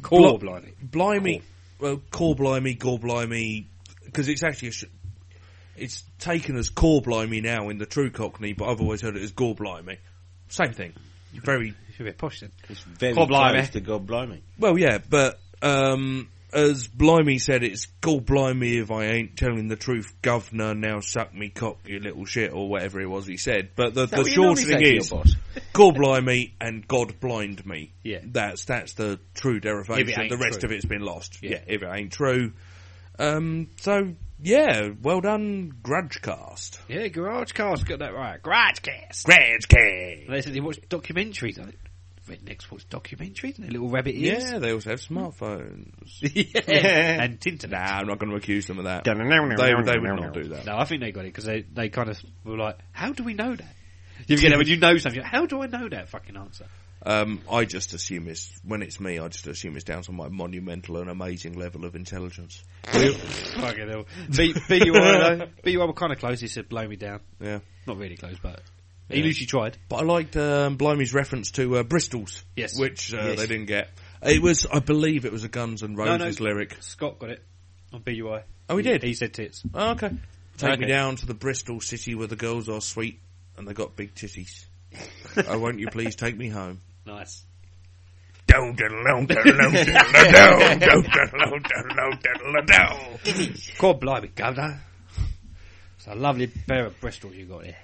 Gore blimey.
blimey, well, core blimey, gore blimey, because it's actually a sh- it's taken as core blimey now in the true Cockney, but I've always heard it as gore blimey. Same thing. Very
You're a bit posh then.
It's
very God blimey. close
to God blimey. Well, yeah, but um, as Blimey said, it's God blimey if I ain't telling the truth, governor. Now suck me cock, you little shit, or whatever it was he said. But the,
Is that
the
what you
short
normally
thing
say to
is,
your boss?
God blimey and God blind me.
Yeah.
that's that's the true
If it
derivation.
ain't
The rest
true.
of it's been lost.
Yeah.
Yeah. if it ain't true. Um, so yeah, well done, Grudgecast.
Yeah, Garage Cast got that right. Garage Cast.
Grudgecast.
They said they watched documentaries on it. Rednecks watch documentaries and their little rabbit ears.
Yeah, they also have smartphones.
Yeah. And Tintin.
Nah, I'm not going to accuse them of that. they, they would not do that.
No, I think they got it because they, they kind of were like, how do we know that? You get it when you know something. How do I know that fucking answer?
Um, I just assume it's when it's me. I just assume it's down to my monumental and amazing level of intelligence.
Fucking hell. B- BUI though. BUI were kind of close. He said, blow me down.
Yeah.
Not really close, but
Yeah.
he literally tried.
But I liked um, Blimey's reference to uh, Bristol's,
Yes.
which uh,
Yes.
they didn't get. It was, I believe, it was a Guns and
No, no.
Roses lyric.
Scott got it on BUI.
Oh, he did?
He said tits.
Oh, okay. Take
Okay.
me down to the Bristol city where the girls are sweet and they got big titties. oh, won't you please take me home?
Nice.
Down, down, down, down, down, down, down, down, down, down, down, down.
God blimey, governor. It's a lovely pair of Bristol you got there.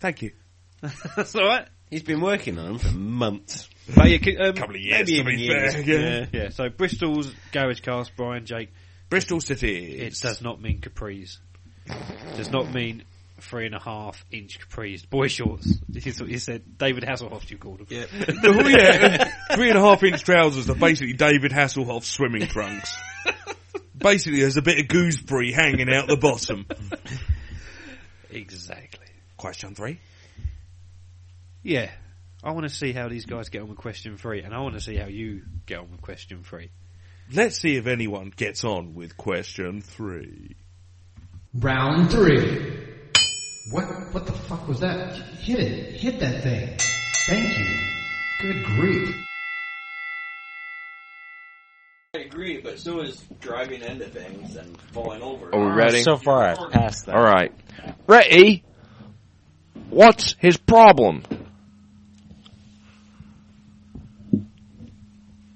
Thank you.
That's alright.
He's been working on them for months.
But you could, um,
Couple of years,
maybe
to be
even years.
fair,
Yeah.
yeah.
yeah, so Bristol's Garage Cast, Brian, Jake.
Bristol City.
It does not mean capris. does not mean three and a half inch capris. Boy shorts. This is what you said. David Hasselhoff, you called him.
Oh, yeah. Three and a half inch trousers are basically David Hasselhoff swimming trunks. basically, there's a bit of gooseberry hanging out the bottom.
Exactly.
Question three.
Yeah. I want to see how these guys get on with question three, and I want to see how you get on with question three.
Let's see if anyone gets on with question three.
Round three. What what the fuck was that? Hit it. Hit that thing. Thank you. Good grief.
I agree, but so is driving into things and falling over.
Are we ready?
So
Uh, far,
I've
passed that. All right, Retty. What's his problem?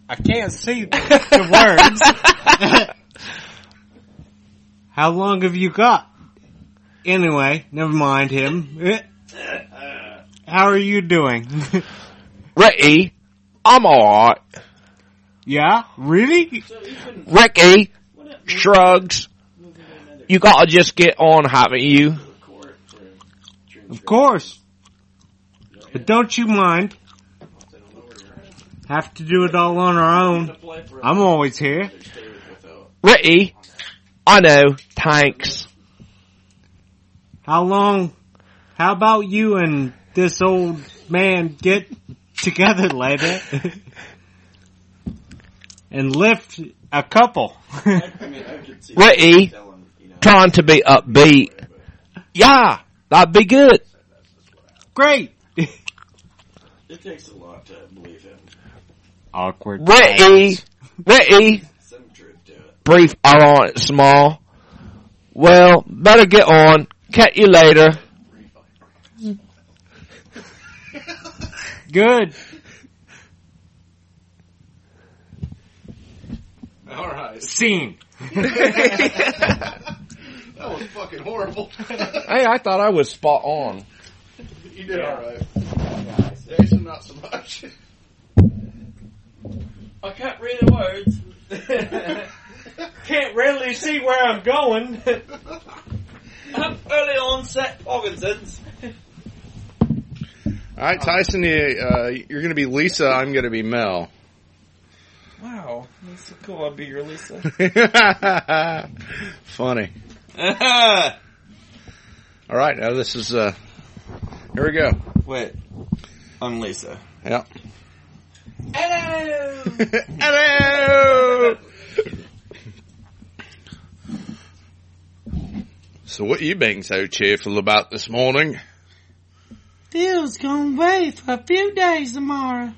I can't see the words. How long have you got? Anyway, never mind him. How are you doing?
Ricky, I'm alright.
Yeah? Really?
Ricky shrugs. You gotta just get on, haven't you?
Of course. But don't you mind. Have to do it all on our own. I'm always here.
Ricky, I know. Thanks.
How long? How about you and this old man get together later and lift a couple?
Ricky, E? trying to be upbeat. Yeah, that'd be good.
Great.
It takes a lot to believe him.
Awkward.
Ricky, Ricky, E? brief, ironic small. Well, better get on. Catch you later.
Good.
All right.
Scene.
that was fucking horrible.
Hey, I thought I was spot on.
you did all right. Jason, not so much. I can't read the words.
Can't really see where I'm going.
I'm early onset Parkinson's.
All right, Tyson, you, uh, you're going to be Lisa. I'm going to be Mel.
Wow, that's so cool. I'll be your Lisa.
Funny. All right, now this is. Uh, here we go.
Wait, I'm Lisa.
Yeah.
Hello.
Hello. So, what you being so cheerful about this morning?
Phil's gonna away for a few days tomorrow.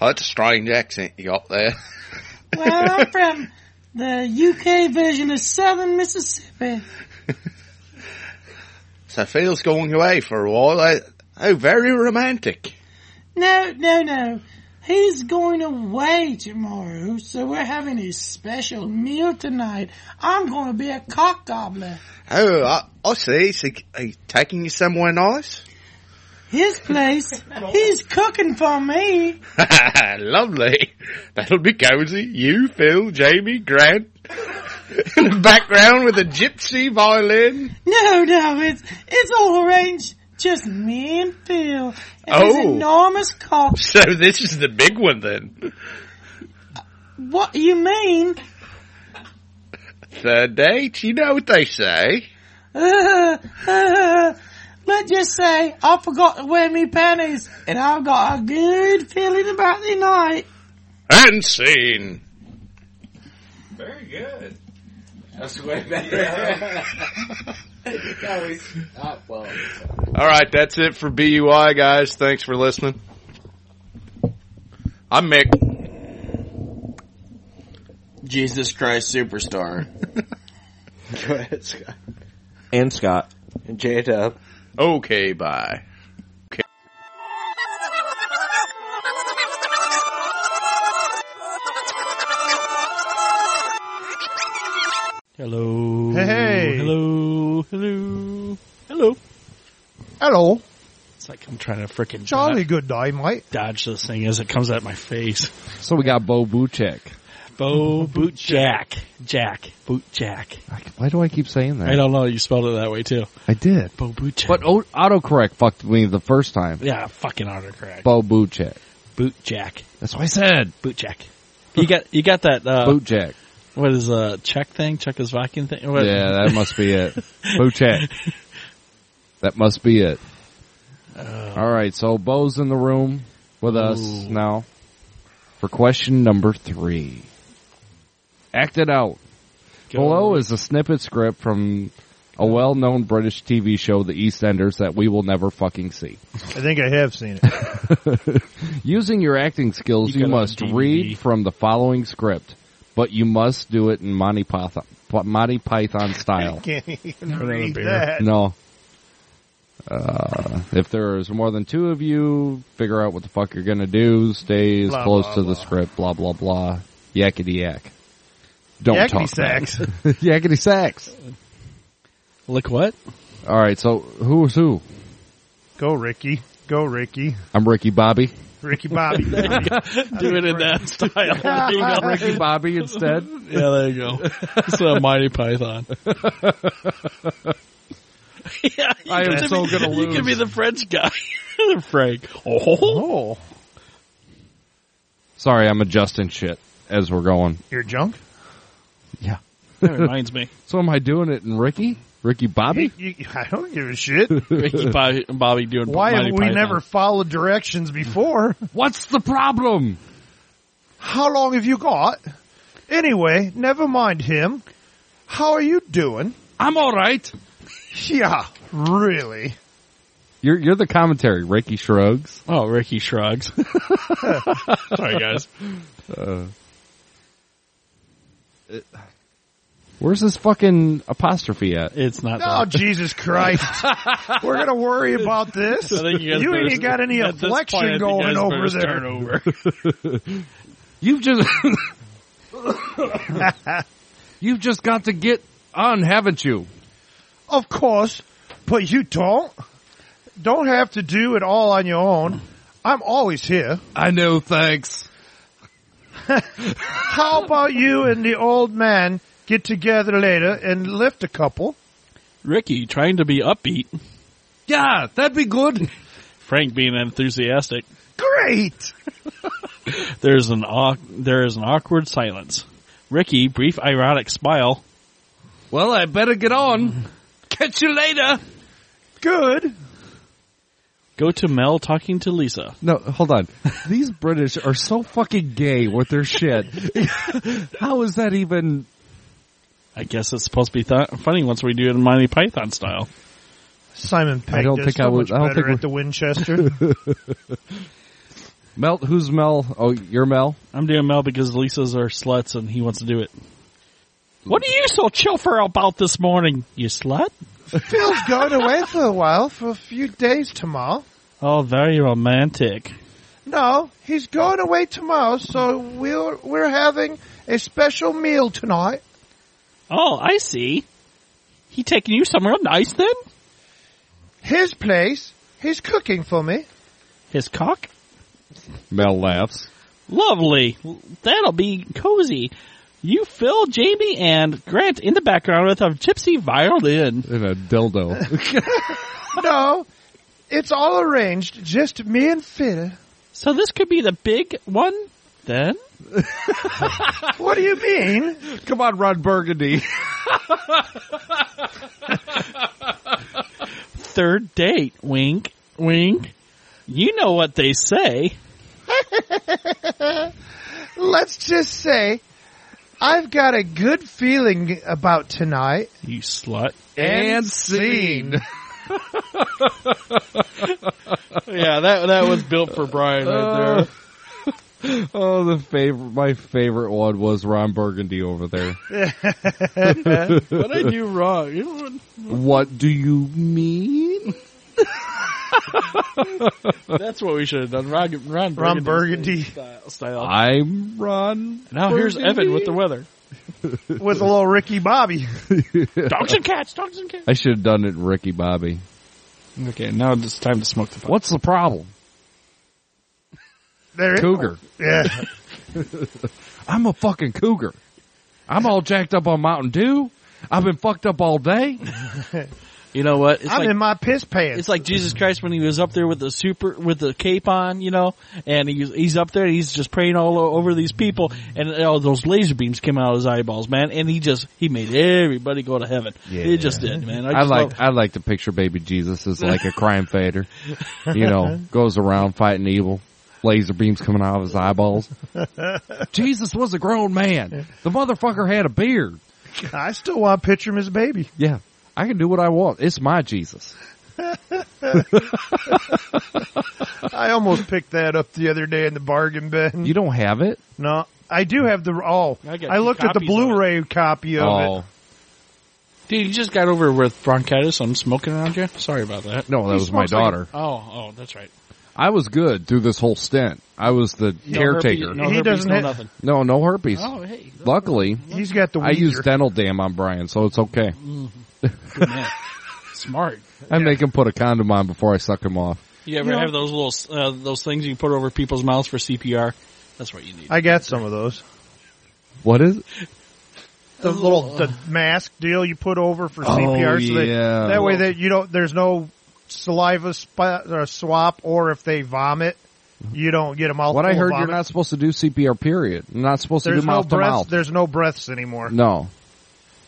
That's a strange accent you got there.
Well, I'm from the UK version of Southern Mississippi.
So Phil's going away for a while. eh? Oh, very romantic.
No, no, no. He's going away tomorrow, so we're having a special meal tonight. I'm gonna be a cock gobbler.
Oh, I, I see. So, are you taking you somewhere nice?
His place, he's cooking for me.
Lovely. That'll be cozy. You, Phil, Jamie, Grant. In the background with a gypsy violin.
No, no, it's it's all arranged. Just me and Phil. And his
Oh.
enormous cock.
So this is the big one then.
What you mean?
Third date, you know what they say.
Uh, uh, let's just say I forgot to wear me panties, and I've got a good feeling about the night.
And scene.
Very good. That's way better. God, we, uh, well,
All right, that's it for BUI, guys. Thanks for listening. I'm Mick.
Jesus Christ Superstar.
Go ahead, Scott.
And Scott.
And J Dub.
Okay, bye. Okay.
Hello.
Hey.
Hello. Hello. Hello.
Hello.
It's like I'm trying to freaking
Jolly good day, mate.
dodge this thing as it comes at my face.
So we got Bo Buchek.
Bo Boot Jack. Jack. Boot Jack.
Why do I keep saying that?
I don't know. You spelled it that way too.
I did.
Bo Buchek.
But o- autocorrect fucked me the first time.
Yeah, fucking autocorrect.
Bo Buchek.
Boot Jack.
That's what I said.
Boot Jack. You got you got that uh,
Boot Jack.
What is uh Czech thing? Czechoslovakian thing? What-
Yeah, that must be it. Buchek. That must be it. All right, so Bo's in the room with us
Ooh.
now for question number three. Act it out. Below is a snippet script from a well-known British TV show, The EastEnders, that we will never fucking see.
I think I have seen it.
Using your acting skills, you, must read from the following script, but you must do it in Monty Python, Monty Python style.
Can't even
Another
read
beer.
that.
No. Uh, if there's more than two of you, figure out what the fuck you're gonna do. Stay as
Blah,
close
blah,
to the script. Blah blah blah. Yakety yak. Don't
Yakety
talk.
sacks.
back. Yakety sacks.
Look what?
All right. So who's who?
Go, Ricky. Go, Ricky.
I'm Ricky Bobby.
Ricky Bobby. Do
it in that style. There you go.
Ricky Bobby instead.
Yeah, there you go. It's a Mighty Python. yeah, you
I am
could
so
be-
gonna
You could be
lose.
the French guy, the Frank. Oh,
Sorry, I'm adjusting shit as we're going.
You're junk?
Yeah.
that reminds me.
So am I doing it in Ricky? Ricky Bobby?
You- you- I don't give a shit.
Ricky Bobby, Bobby doing
Why have
Monty
we
Python.
never followed directions before?
What's the problem?
How long have you got? Anyway, never mind him. How are you doing?
I'm all right.
Yeah, really.
You're you're the commentary. Ricky shrugs.
Oh, Ricky shrugs. Sorry, guys.
Uh, it- where's this fucking apostrophe at?
It's not.
Oh, Jesus Christ. We're going to worry about this.
I think you guys
you
better-
ain't got any
at this point, I
inflection
think you guys
going
better
over
start
there.
over.
You've just you've just got to get on, haven't you?
Of course, but you don't. Don't have to do it all on your own. I'm always here.
I know. Thanks.
How about you and the old man get together later and lift a couple?
Ricky trying to be upbeat.
Yeah, that'd be good.
Frank being enthusiastic.
Great.
There is an au- there is an awkward silence. Ricky, brief ironic smile.
Well, I better get on. Catch you later.
Good.
Go to Mel talking to Lisa.
No, hold on. These British are so fucking gay with their shit. How is that even?
I guess it's supposed to be th- funny once we do it in Monty Python style.
Simon Pegg
I don't
does
think
so
I would.
much
I don't
better
think
at the Winchester.
Mel, who's Mel? Oh, you're Mel.
I'm doing Mel because Lisa's are sluts and he wants to do it. What are you so chilfer about this morning, you slut?
Phil's going away for a while, for a few days tomorrow.
Oh, very romantic.
No, he's going away tomorrow, so we're we're having a special meal tonight.
Oh, I see. He taking you somewhere nice then?
His place. He's cooking for me.
His cock?
Mel laughs.
Lovely. That'll be cozy. You, Phil, Jamie, and Grant in the background with a gypsy violin.
And a dildo.
no, it's all arranged. Just me and Phil.
So this could be the big one then?
what do you mean?
Come on, Ron Burgundy.
Third date. Wink, wink. You know what they say.
Let's just say I've got a good feeling about tonight.
You slut.
And scene.
yeah, that that was built for Brian
Uh, oh, the favorite. My favorite one was Ron Burgundy over there.
what I do wrong?
What do you mean?
That's what we should have done. Ron, Ron,
Ron
Burgundy's
Burgundy.
style. style.
I'm Ron.
now here's
Burgundy.
Evan with the weather.
With a little Ricky Bobby.
Dogs and cats. Dogs and cats.
I should have done it, in Ricky Bobby.
Okay, now it's time to smoke the.
What's the problem?
There it-
Cougar.
Yeah.
I'm a fucking cougar. I'm all jacked up on Mountain Dew. I've been fucked up all day.
You know what? It's
I'm
like
in my piss pants.
it's like Jesus Christ when he was up there with the super with the cape on, you know, and he's he's up there, he's just praying all o- over these people, and all those laser beams came out of his eyeballs, man, and he just he made everybody go to heaven. It just did, man. I,
I,
just
like
love-
I like to picture baby Jesus as like a crime fighter. You know, goes around fighting evil. Laser beams coming out of his eyeballs. Jesus was a grown man. The motherfucker had a beard.
I still want to picture him as a baby.
Yeah. I can do what I want. It's my Jesus.
Uh, I almost picked that up the other day in the bargain bin.
You don't have it?
No, I do have the. Oh,
I
I,
got two
looked at the
copies of
Blu-ray copy of it.
Oh.
dude, you just got over with bronchitis. I'm smoking around you. Sorry about that.
No,
He
that was my
smokes like-
daughter.
oh, oh, that's right.
I was good through this whole stint. I was the
No
caretaker.
herpes- no
He
herpes,
doesn't
no
hit-
nothing.
No, no herpes.
Oh, hey,
Luckily,
He's got the.
I used
Weezer. Mm-hmm.
dental dam on Brian, so it's okay.
good man. smart.
I make him put a condom on before I suck him off.
You ever
You know-
have those little uh, those things you put over people's mouths for CPR? That's what you need.
I got some of those.
What is it?
The little the mask deal you put over for CPR, so that,
Oh, yeah.
that way that you don't. There's no saliva spa, or swap, or if they vomit, you don't get them all.
What I heard, you're not supposed to do CPR. Period. You're not supposed to
Oh, There's
do
no
mouth to
breaths.
mouth.
There's no breaths anymore.
No.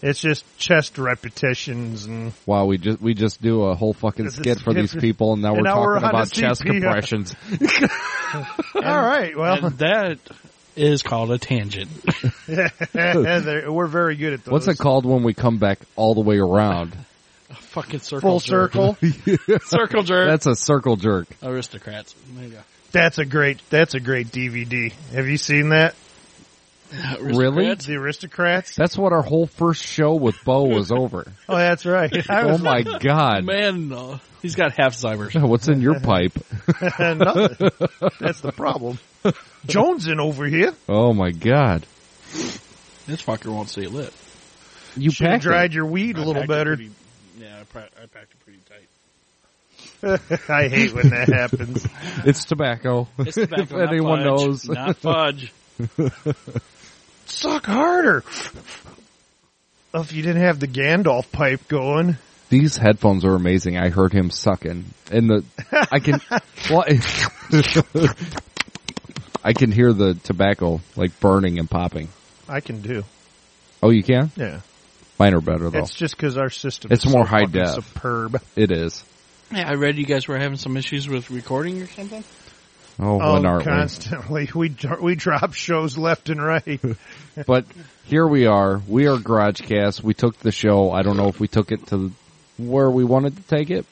It's just chest repetitions and
Wow, we just we just do a whole fucking
This is
skit for these
different.
people, and now
And
we're
now
talking
we're on
about
to
chest
CPR.
compressions.
all right. Well,
And that is called a tangent.
there- we're very good at those.
What's it called when we come back all the way around?
A fucking circle.
Full
jerk.
circle.
Circle jerk.
That's a circle jerk.
Aristocrats. There you go.
That's a great. That's a great DVD. Have you seen that?
Really?
Aristocrats.
The Aristocrats.
That's what our whole first show with Bo was over.
Oh, that's right. I
oh
was-
my god!
Man, uh, he's got half Zybers.
What's in your pipe?
Nothing. That's the problem. Jones in over here.
Oh my god!
This fucker won't stay lit.
You
Should have
packed it.
dried your weed a
I
little
packed it
better.
pretty- yeah, I, pra- I packed it pretty tight.
I hate when that happens.
It's tobacco.
It's tobacco,
if
not
anyone
fudge,
knows,
Not fudge.
Suck harder. Oh, if you didn't have the Gandalf pipe going,
these headphones are amazing. I heard him sucking, and the I can, well, I can hear the tobacco like burning and popping.
I can do.
Oh, you can?
Yeah.
Mine are better though.
It's just because our system
It's
is
more
so
high
fucking
def.
superb.
It is.
Yeah, I read you guys were having some issues with recording or something.
Oh, when aren't we?
constantly. We dro- we drop shows left and right.
But here we are. We are GarageCast. We took the show. I don't know if we took it to where we wanted to take it,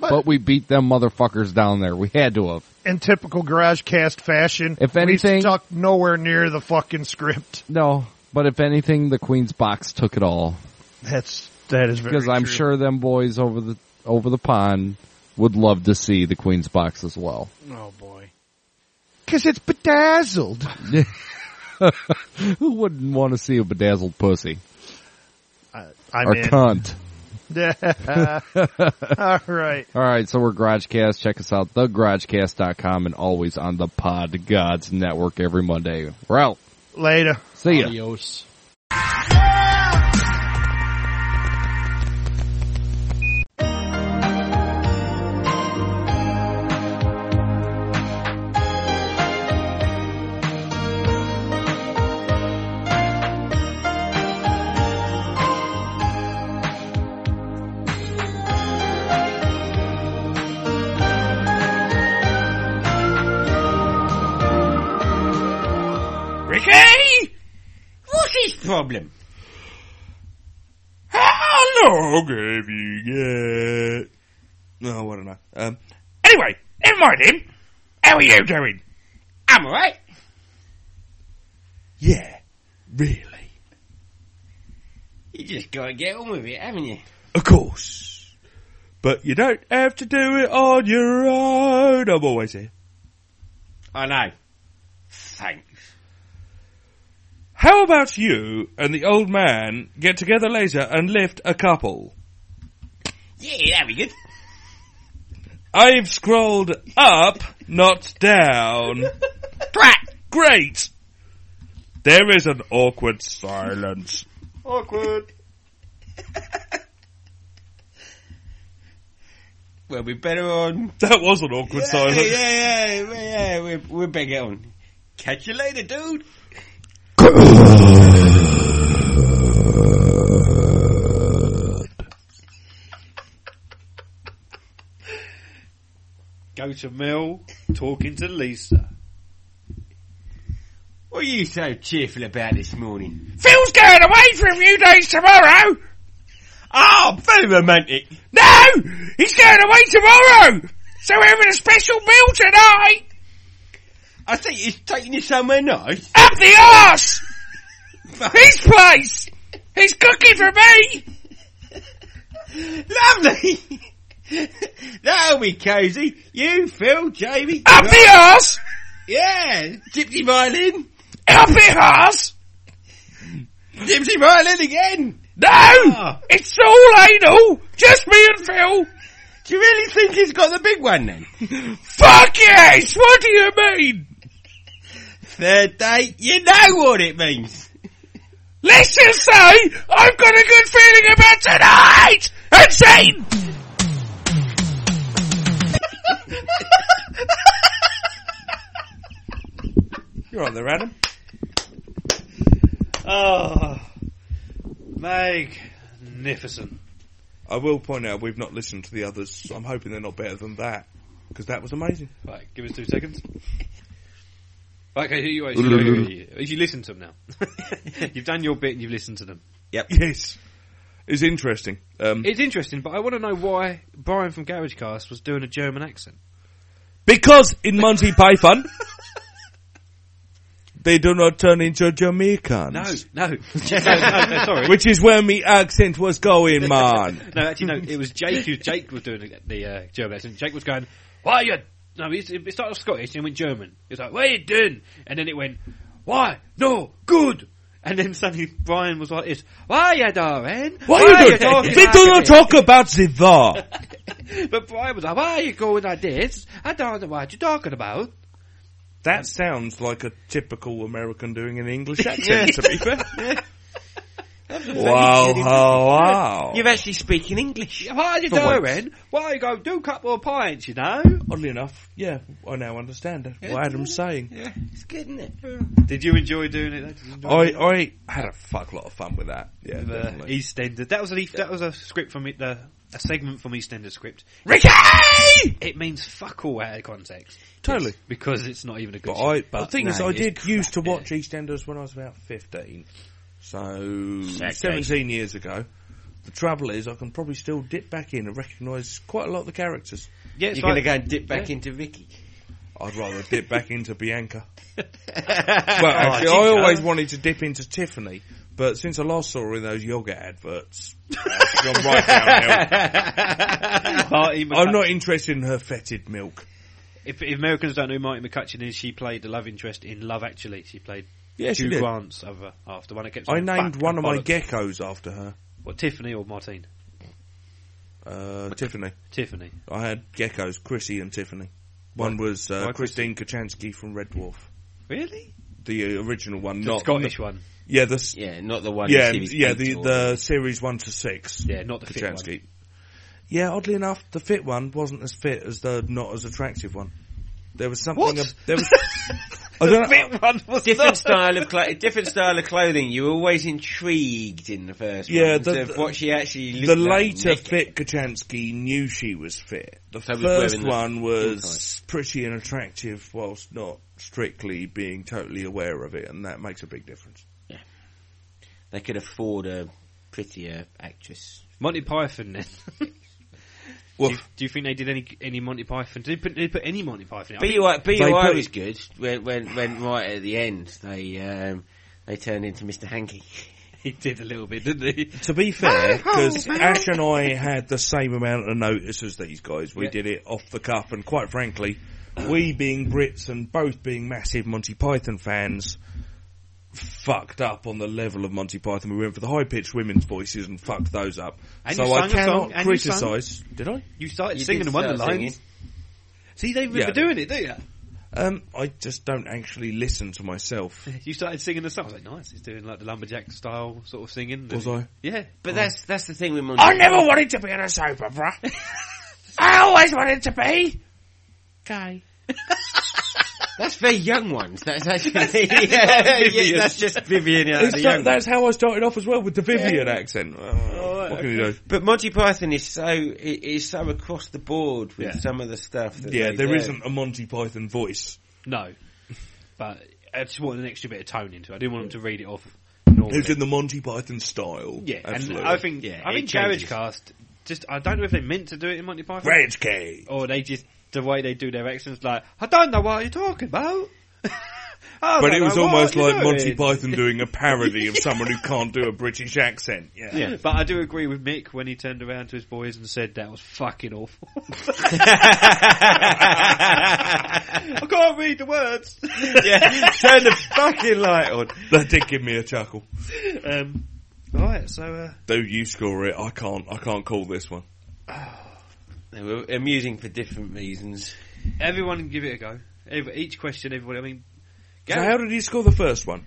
but, we beat them motherfuckers down there. We had to have.
in typical garage cast fashion,
If anything-
we stuck nowhere near the fucking script.
No, but if anything, the Queen's box took it all.
That's that is very
because I'm
true.
sure them boys over the over the pond would love to see the Queen's box as well.
Oh boy.
Because it's bedazzled.
Who wouldn't want to see a bedazzled pussy
I'm
or
in.
cunt?
All right.
All right, so we're GarageCast. Check us out, thegaragecast.com, and always on the Pod Gods Network every Monday. We're out.
Later.
See ya.
Adios.
Ricky? What's his problem?
How long have you got? No, Uh, I don't know. Um,
Anyway, never mind him. How are you doing? I'm alright.
yeah, really.
You just gotta get on with it, haven't you?
Of course. But you don't have to do it on your own. I'm always here.
I know. Thanks.
How about you and the old man get together later and lift a couple?
Yeah, that'd be good.
I've scrolled up, not down. Great! There is an awkward silence.
Awkward. well, we better on.
That was an awkward
yeah,
silence.
Yeah, yeah, yeah. We we better get on. Catch you later, dude.
Go to Mill, talking to Lisa.
What are you so cheerful about this morning?
Phil's going away for a few days tomorrow.
Oh, very romantic.
No! He's going away tomorrow! So we're having a special meal tonight!
I think he's taking you somewhere nice.
Up the arse! His place! He's cooking for me!
Lovely! That'll be cosy. You, Phil, Jamie.
Up the arse!
Yeah, gypsy violin.
Up the arse!
Gypsy violin again! Ah.
No! It's all anal! Just me and Phil!
Do you really think he's got the big one then?
Fuck yes! What do you mean?
Third date, you know what it means.
Let's just say I've got a good feeling about tonight! And Satan! You're on there, Adam.
Oh, magnificent.
I will point out we've not listened to the others, so I'm hoping they're not better than that. Because that was amazing.
Right, give us two seconds. Right, okay, here you are. Here you are, here you are. If you listen to them now, you've done your bit and you've listened to them.
Yep.
Yes. It's interesting. Um,
It's interesting, but I want to know why Brian from Garage Cast was doing a German accent.
because in Monty Python, they do not turn into Jamaicans.
No, no, no, no, sorry.
Which is where my accent was going, man.
no, actually, no. It was Jake who Jake was doing the, the uh, German accent. Jake was going, "Why you?" No, it it started off Scottish and it went German. It was like, "What are you doing?" And then it went, "Why? No, good." And then suddenly Brian was like, "This, why you doing?
What are you
talking
doing? We
like
do not
this?"
talk about the war.
But Brian was like, "Why are you going like this? I don't know what you're talking about."
That sounds like a typical American doing an English
accent, to be
fair.
I've
Wow, wow, wow.
You're actually speaking English.
How are you
For once.
doing? Well, you go do a couple of pints, you know.
Oddly enough, yeah, I now understand what Adam's saying.
Yeah, it's good, isn't it?
Did you enjoy doing it? Did you enjoy
I
it?
I had a fuck lot of fun with that. Yeah,
With, uh,
definitely.
EastEnders. That was an, that was a script from it. The, a segment from EastEnders script.
Ricky!
It means fuck all out of context.
Totally.
It's- because it's not even a good.
But I,
show.
the thing is,
no,
I
it's
did
crap.
used to watch EastEnders when I was about 15. So, 17 years ago. The trouble is, I can probably still dip back in and recognise quite a lot of the characters.
Yeah, it's You're gonna like- go and dip back
into Vicky. I'd rather dip back into Bianca. well,
Oh,
actually, I
Ginger.
always wanted to dip into Tiffany, but since I last saw her in those yoga adverts, it's gone right downhill.
Marty
I'm not
McFly.
interested in her fetid milk.
If, if Americans don't know who Marty McCutcheon is, she played the love interest in Love Actually. She played
Yeah, she
Hugh
did.
Grant's other half, the one that kept.
I
saying
named
fuck
one of
and
my
bollocks.
geckos after her.
What Tiffany or Martine?
Uh, Tiffany.
Tiffany.
I had geckos, Chrissy and Tiffany. One was uh,
Why
Christine Kachansky from Red Dwarf.
Really?
The original one,
The
not
Scottish
the-
one.
Yeah, the s-
Yeah, not the one
Yeah,
in series
yeah,
eight
the
or-
the series one to six.
Yeah, not the fit one.
Kachansky. Yeah, oddly enough, the fit one wasn't as fit as the not as attractive one. There was something.
What?
ab- there was. I don't know.
different style of clo- different style of clothing. You were always intrigued in the first
Yeah,
one
the-
of what she actually looked
the
like
later
naked.
fit Kachansky knew she was fit. The
So was
first
wearing the
one
skin
was pretty and attractive, whilst not strictly being totally aware of it, and that makes a big difference.
They could afford a prettier actress.
Monty Python then. do, you, do you think they did any any Monty Python? Did they put, did they put any Monty Python? in? I
BUI,
think-
BUI was good when, when, when right at the end they um, they turned into Mr. Hanky.
he did a little bit, didn't Oh, he?
To be fair, because Ash and I had the same amount of notice as these guys. We
Yeah.
did it off the cuff, and quite frankly, we being Brits and both being massive Monty Python fans, fucked up on the level of Monty Python. We went for the high pitched women's voices and fucked those up.
And
so
you
I
sang a song,
cannot
and you sang.
criticise. Did I?
You started You singing did one of the start lines. See, they were
Yeah.
doing it, do you?
Um, I just don't actually listen to myself.
You started singing the song. I was like, nice. He's doing like the lumberjack style sort of singing.
Was I?
Yeah,
But that's that's the thing with Monty.
I never wanted to be on a soap opera. I always wanted to be gay.
That's very young ones. That's actually
That's-
yeah,
that's
yeah,
Vivian.
that's just Vivian. Yeah,
It's
the
not-
young
that's how I started off as well with the Vivian accent. Oh, what can you do?
But Monty Python is so i- is so across the board with
Yeah.
some of the stuff. That
Yeah,
they
there
do.
not a Monty Python voice.
No, but I just wanted an extra bit of tone into it. I didn't want him to read it off.
It's in the Monty Python style.
Yeah,
Absolutely.
and I think I think Garage Cast just I don't know if they meant to do it in Monty Python.
Garage Cast.
Or they just the way they do their accents like I don't know what you're talking about. I
But
don't
it was
know what
almost
you're
like Monty
doing.
Python doing a parody of someone who can't do a British accent. Yeah.
Yeah. but I do agree with Mick when he turned around to his boys and said that was fucking awful. I can't read the words.
Yeah, turn the fucking light on. That did give me a chuckle.
Um, all right, so uh,
Dude, you score it. I can't. I can't call this one.
They were amusing for different reasons.
everyone can give it a go. Every, each question, everybody. I mean,
So
Gareth-
how did he score the first one?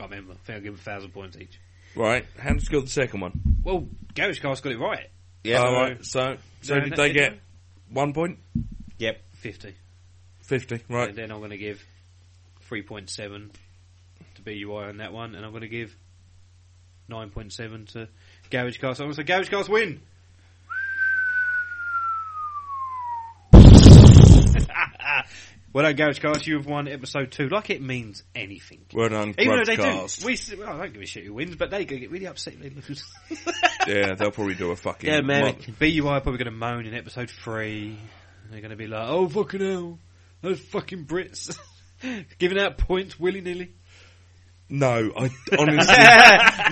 I remember. I think I'll give him a thousand points each.
Right. How did he score the second one?
Well, Garage Cast got it right.
All right. So, so
No,
did
no,
they
it-
get one point?
Yep.
50.
50, right.
And then I'm going to give 3.7 to BUI on that one, and I'm going to give 9.7 to Garage Cast. I'm going to say Garage Cast win! well done, Garage Cast. You have won episode two. Like it means anything.
Well done,
Even though they
Grudgecast.
do. We, s- well, I don't give a shit who wins, but they go get really upset if they lose.
yeah, they'll probably do a fucking. month.
BUI are probably going to moan in episode three. They're going to be like, oh, fucking hell. Those fucking Brits. Giving out points willy nilly.
No, I honestly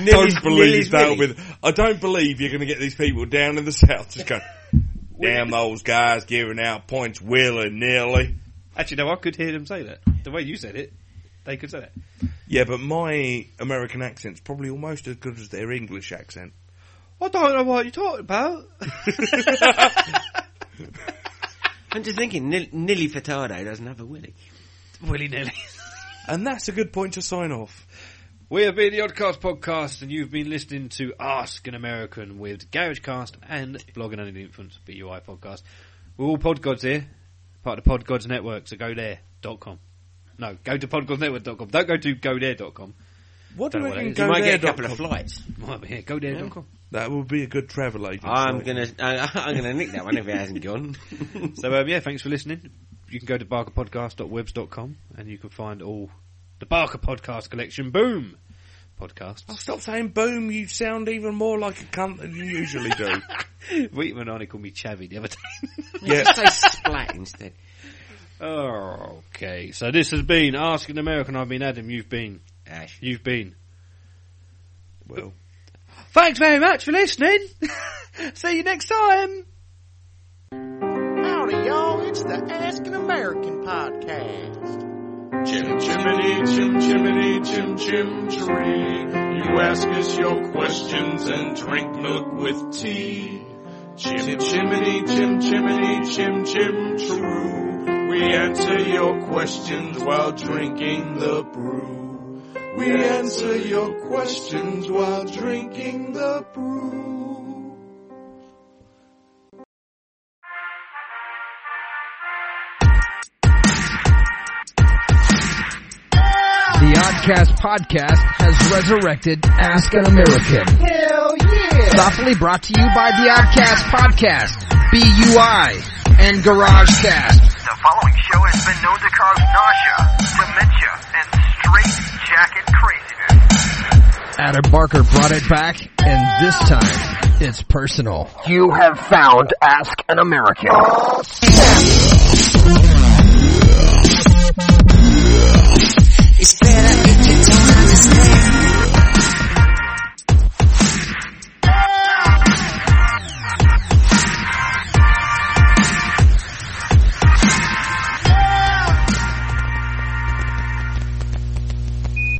Nilly's-
don't believe
Nilly's
that.
Nilly.
With I don't believe you're going to get these people down in the south just go. Damn those guys giving out points willy nilly.
Actually, no, I could hear them say that. The way you said it, they could say that.
Yeah, but my American accent's probably almost as good as their English accent.
I don't know what you're talking about.
I'm just thinking, Nil- Nilly Furtado doesn't have a willy.
Willy nilly.
And that's a good point to sign off.
We have been the Oddcast Podcast, and you've been listening to Ask an American with GarageCast and Blog and Only Infants BUI Podcast. We're all Pod Gods here, part of the Pod Gods Network, so go there dot com. No, go to podgodsnetwork.com. Don't go to go there dot com.
What do
Don't
we
know
can
that is.
go there dot com?
Might be, yeah, go there dot com.
That would be a good travel agent.
I'm
gonna,
I'm gonna nick that one if it hasn't gone.
so um, yeah, thanks for listening. You can go to barkerpodcast.webs.com and you can find all the Barker Podcast collection. Boom podcast.
Oh, stop saying boom. You sound even more like a cunt than you usually do.
Wheatman and I called me Chavy the other day.
Yeah. Just say splat
instead.
Oh, okay. So this has been Ask an American. I've been Adam. You've been
Ash.
You've been.
Well.
Thanks very much for listening. See you next time.
Howdy, y'all. It's the Ask an American podcast.
Jim, Jiminy, Jim, Jiminy, Jim, Jim, Tree. You ask us your questions and drink milk with tea. Jim, Jiminy, Jim, Jiminy, Jim, Jim, True. We answer your questions while drinking the brew. We answer your questions while drinking the brew.
The Oddcast Podcast has resurrected Ask an American.
Hell yeah!
Thoughtfully brought to you by the Oddcast Podcast, BUI, and GarageCast.
The following show has been known to cause nausea, dementia, and straight jacket craziness.
Adam Barker brought it back, and this time, it's personal.
You have found Ask an American.
It's better if you don't understand.